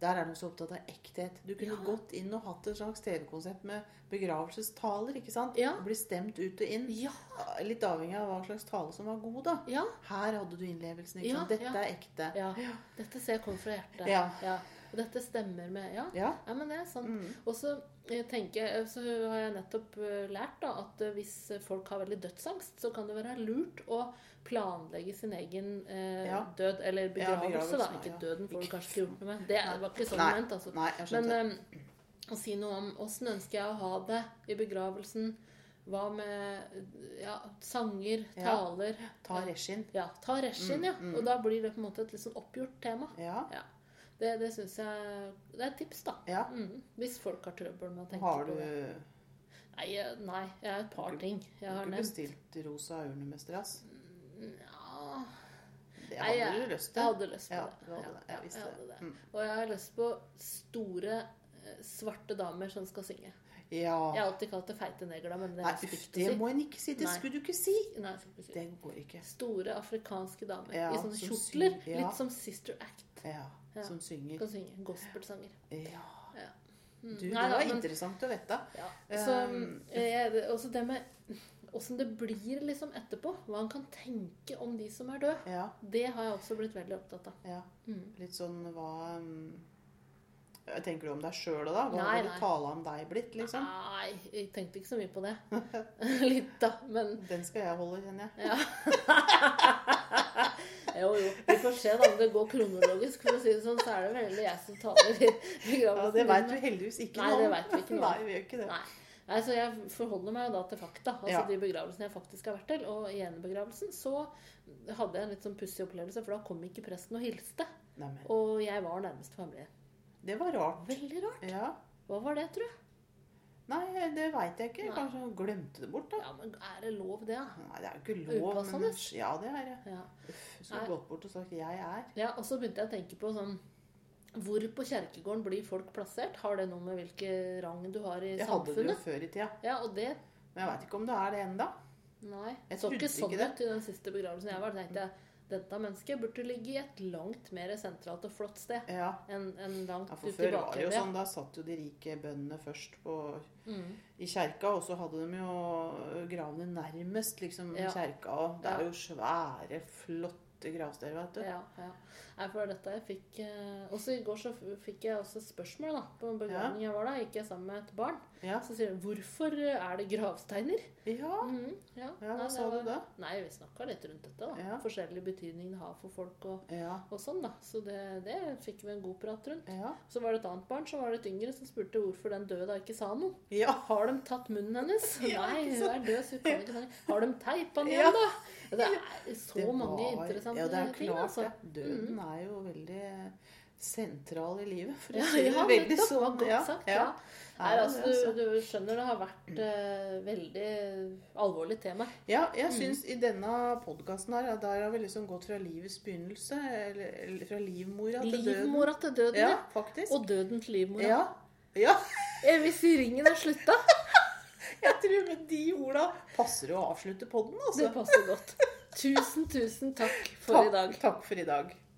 S2: Der er de så opptatt av ekthet. Du kunne
S1: Ja.
S2: gått inn og hatt et slags TV-konsept med begravelsestaler. ikke sant?
S1: Ja.
S2: Bli stemt ut og inn.
S1: Ja,
S2: Litt avhengig av hva slags tale som var god, da.
S1: ja.
S2: Her hadde du innlevelsen. ikke
S1: Ja,
S2: sant? Dette
S1: ja.
S2: er ekte.
S1: ja. Dette ser jeg kommer fra hjertet.
S2: Ja.
S1: Og dette stemmer med Ja,
S2: Ja.
S1: ja men det er sant.
S2: Mm.
S1: Og så eh, tenker jeg, så har jeg nettopp eh, lært da, at eh, hvis folk har veldig dødsangst, så kan det være lurt å planlegge sin egen eh,
S2: Ja.
S1: død, eller begravelse.
S2: begravelse,
S1: da. Ikke
S2: ja.
S1: døden får du kanskje ikke gjort noe med. Det var ikke sånn
S2: Nei.
S1: ment. altså.
S2: Nei, jeg
S1: Men
S2: skjønte.
S1: eh, å si noe om åssen ønsker jeg å ha det i begravelsen. Hva med ja, sanger,
S2: Ja.
S1: taler
S2: Ta regien.
S1: Ja, ta resjen,
S2: Mm,
S1: ja.
S2: mm.
S1: Og da blir det på en måte et litt sånn oppgjort tema.
S2: Ja.
S1: Det, det syns jeg Det er et tips, da.
S2: ja.
S1: Mm. Hvis folk har trøbbel med å tenke
S2: Har du
S1: på det.
S2: har
S1: Nei, jeg- nei, jeg har et par ting jeg har
S2: du
S1: nevnt.
S2: bestilt rosa urne med strass?
S1: Ja,
S2: Det
S1: Nei,
S2: hadde
S1: jeg-
S2: du lyst
S1: jeg
S2: til.
S1: hadde lyst på
S2: Ja,
S1: det.
S2: du hadde det. Jeg visste
S1: hadde
S2: det.
S1: det.
S2: Mm.
S1: Og jeg har lyst på store, eh, svarte damer som skal synge. Jeg
S2: Ja.
S1: har alltid kalt det feite negler, men det
S2: Nei,
S1: er
S2: uff,
S1: stygt å
S2: det
S1: si.
S2: må en ikke si. Det
S1: Nei.
S2: skulle du ikke si.
S1: Nei, jeg skal ikke si det.
S2: Det går ikke.
S1: Store afrikanske damer
S2: Ja,
S1: i sånne
S2: som
S1: kjortler.
S2: synger, ja.
S1: Litt som Sister Act.
S2: Ja.
S1: Ja.
S2: Som synger.
S1: Kan synge gospelsanger.
S2: Ja.
S1: Ja. Mm.
S2: Du, det
S1: Nei da,
S2: var
S1: men-
S2: interessant å vite.
S1: ja. Så
S2: Um,
S1: eh, det- også det med åssen det blir liksom etterpå. Hva en kan tenke om de som er døde.
S2: Ja.
S1: Det har jeg også blitt veldig opptatt av.
S2: ja.
S1: Mm.
S2: Litt sånn hva um, Tenker du om deg sjøl da? Hva
S1: Nei,
S2: ville
S1: nei.
S2: tala om deg blitt,
S1: Sånn?
S2: liksom?
S1: Nei, jeg tenkte ikke så mye på det. Litt, da. Men
S2: Den skal jeg holde, kjenner jeg.
S1: ja. Jo, jo. Vi får se da om det går kronologisk. For å si det sånn, så er det veldig jeg som taler i
S2: Ja,
S1: begravelsen.
S2: det
S1: min,
S2: veit
S1: men-
S2: du heldigvis ikke
S1: Nei,
S2: noe om.
S1: det vet vi ikke noe om.
S2: Nei, vi gjør ikke det.
S1: Nei. Nei, så jeg forholder meg jo da til fakta. Altså
S2: Ja.
S1: de begravelsene jeg faktisk har vært til. Og i ene begravelsen så hadde jeg en litt sånn pussig opplevelse, for da kom ikke presten og hilste.
S2: Nei, men,
S1: Og jeg var nærmest familien.
S2: det var rart.
S1: Veldig rart.
S2: Ja.
S1: Hva var det, tror jeg?
S2: Nei, det veit jeg ikke.
S1: Nei.
S2: Kanskje han glemte det bort, da.
S1: Ja, men er det lov, det, da?
S2: Nei, det er jo ikke lov. Men,
S1: Upassende.
S2: ja, det er det.
S1: Ja.
S2: Uff, skulle
S1: Nei.
S2: gått bort og sagt 'jeg er'.
S1: ja. Og så begynte jeg å tenke på sånn Hvor på kjerkegården blir folk plassert? Har det noe med hvilken rang du har i
S2: Jeg hadde det jo
S1: samfunnet?
S2: før i tida.
S1: Ja, og det
S2: Men jeg veit ikke om det er det ennå.
S1: Nei.
S2: Jeg
S1: så ikke
S2: trodde
S1: sånn
S2: ikke det.
S1: ut i den siste begravelsen jeg var. tenkte jeg dette mennesket burde ligge i et langt mer sentralt og flott sted.
S2: Ja.
S1: enn enn langt
S2: Ja,
S1: ut
S2: for
S1: i
S2: før var det jo
S1: bakgrunnen.
S2: sånn, da satt jo de rike bøndene først på, sånn.
S1: Mm.
S2: i kjerka, og så hadde de jo gravene nærmest liksom
S1: Ja.
S2: kjerka. Og det
S1: Ja.
S2: er jo svære, flotte flotte gravsteder, vet du.
S1: Ja, ja. Nei, for dette jeg fikk eh, Også i går så f- fikk jeg også et spørsmål da, på en begravning jeg var da. Gikk jeg sammen med et barn.
S2: Ja.
S1: Så sier hun 'Hvorfor er det gravsteiner?'
S2: ja.
S1: Mhm, ja.
S2: Ja,
S1: Nei,
S2: hva
S1: det
S2: sa
S1: var-
S2: du da?
S1: Nei, vi snakka litt rundt dette. da.
S2: Ja.
S1: Forskjellig betydning det har for folk og,
S2: Ja.
S1: og sånn, da. Så det, det fikk vi en god prat rundt.
S2: Ja.
S1: Så var det et annet barn som var litt yngre, som spurte hvorfor den døde da ikke sa noe.
S2: ja.
S1: Har de tatt munnen hennes?
S2: Ja,
S1: Nei,
S2: ikke
S1: hun
S2: sant?
S1: er død, så hun kan ikke snakke. Har de teipa den
S2: Ja.
S1: igjen, da? Det er så
S2: Det
S1: mange
S2: var-
S1: interessante
S2: ja, det er
S1: ting,
S2: klart,
S1: altså.
S2: det. Døden er jo veldig sentral i livet, for å
S1: Ja,
S2: si det
S1: ja,
S2: veldig
S1: nettopp.
S2: sånn.
S1: Var godt
S2: ja,
S1: sagt.
S2: ja.
S1: Ja. Nei,
S2: Er det
S1: altså,
S2: det, altså?
S1: du, du skjønner det har vært eh, veldig alvorlig tema.
S2: Ja,
S1: Mm.
S2: jeg syns i denne podkasten her, ja, der har vi liksom gått fra livets begynnelse, eller, eller fra livmora til døden.
S1: Livmora til døden,
S2: Ja,
S1: ja.
S2: faktisk.
S1: Og døden til livmora.
S2: ja. ja.
S1: Eh, Hvis ringen er slutta,
S2: Jeg tror med de orda passer det å avslutte podden,
S1: det
S2: altså.
S1: passer godt. Tusen, tusen takk for i dag.
S2: Takk, takk for i dag.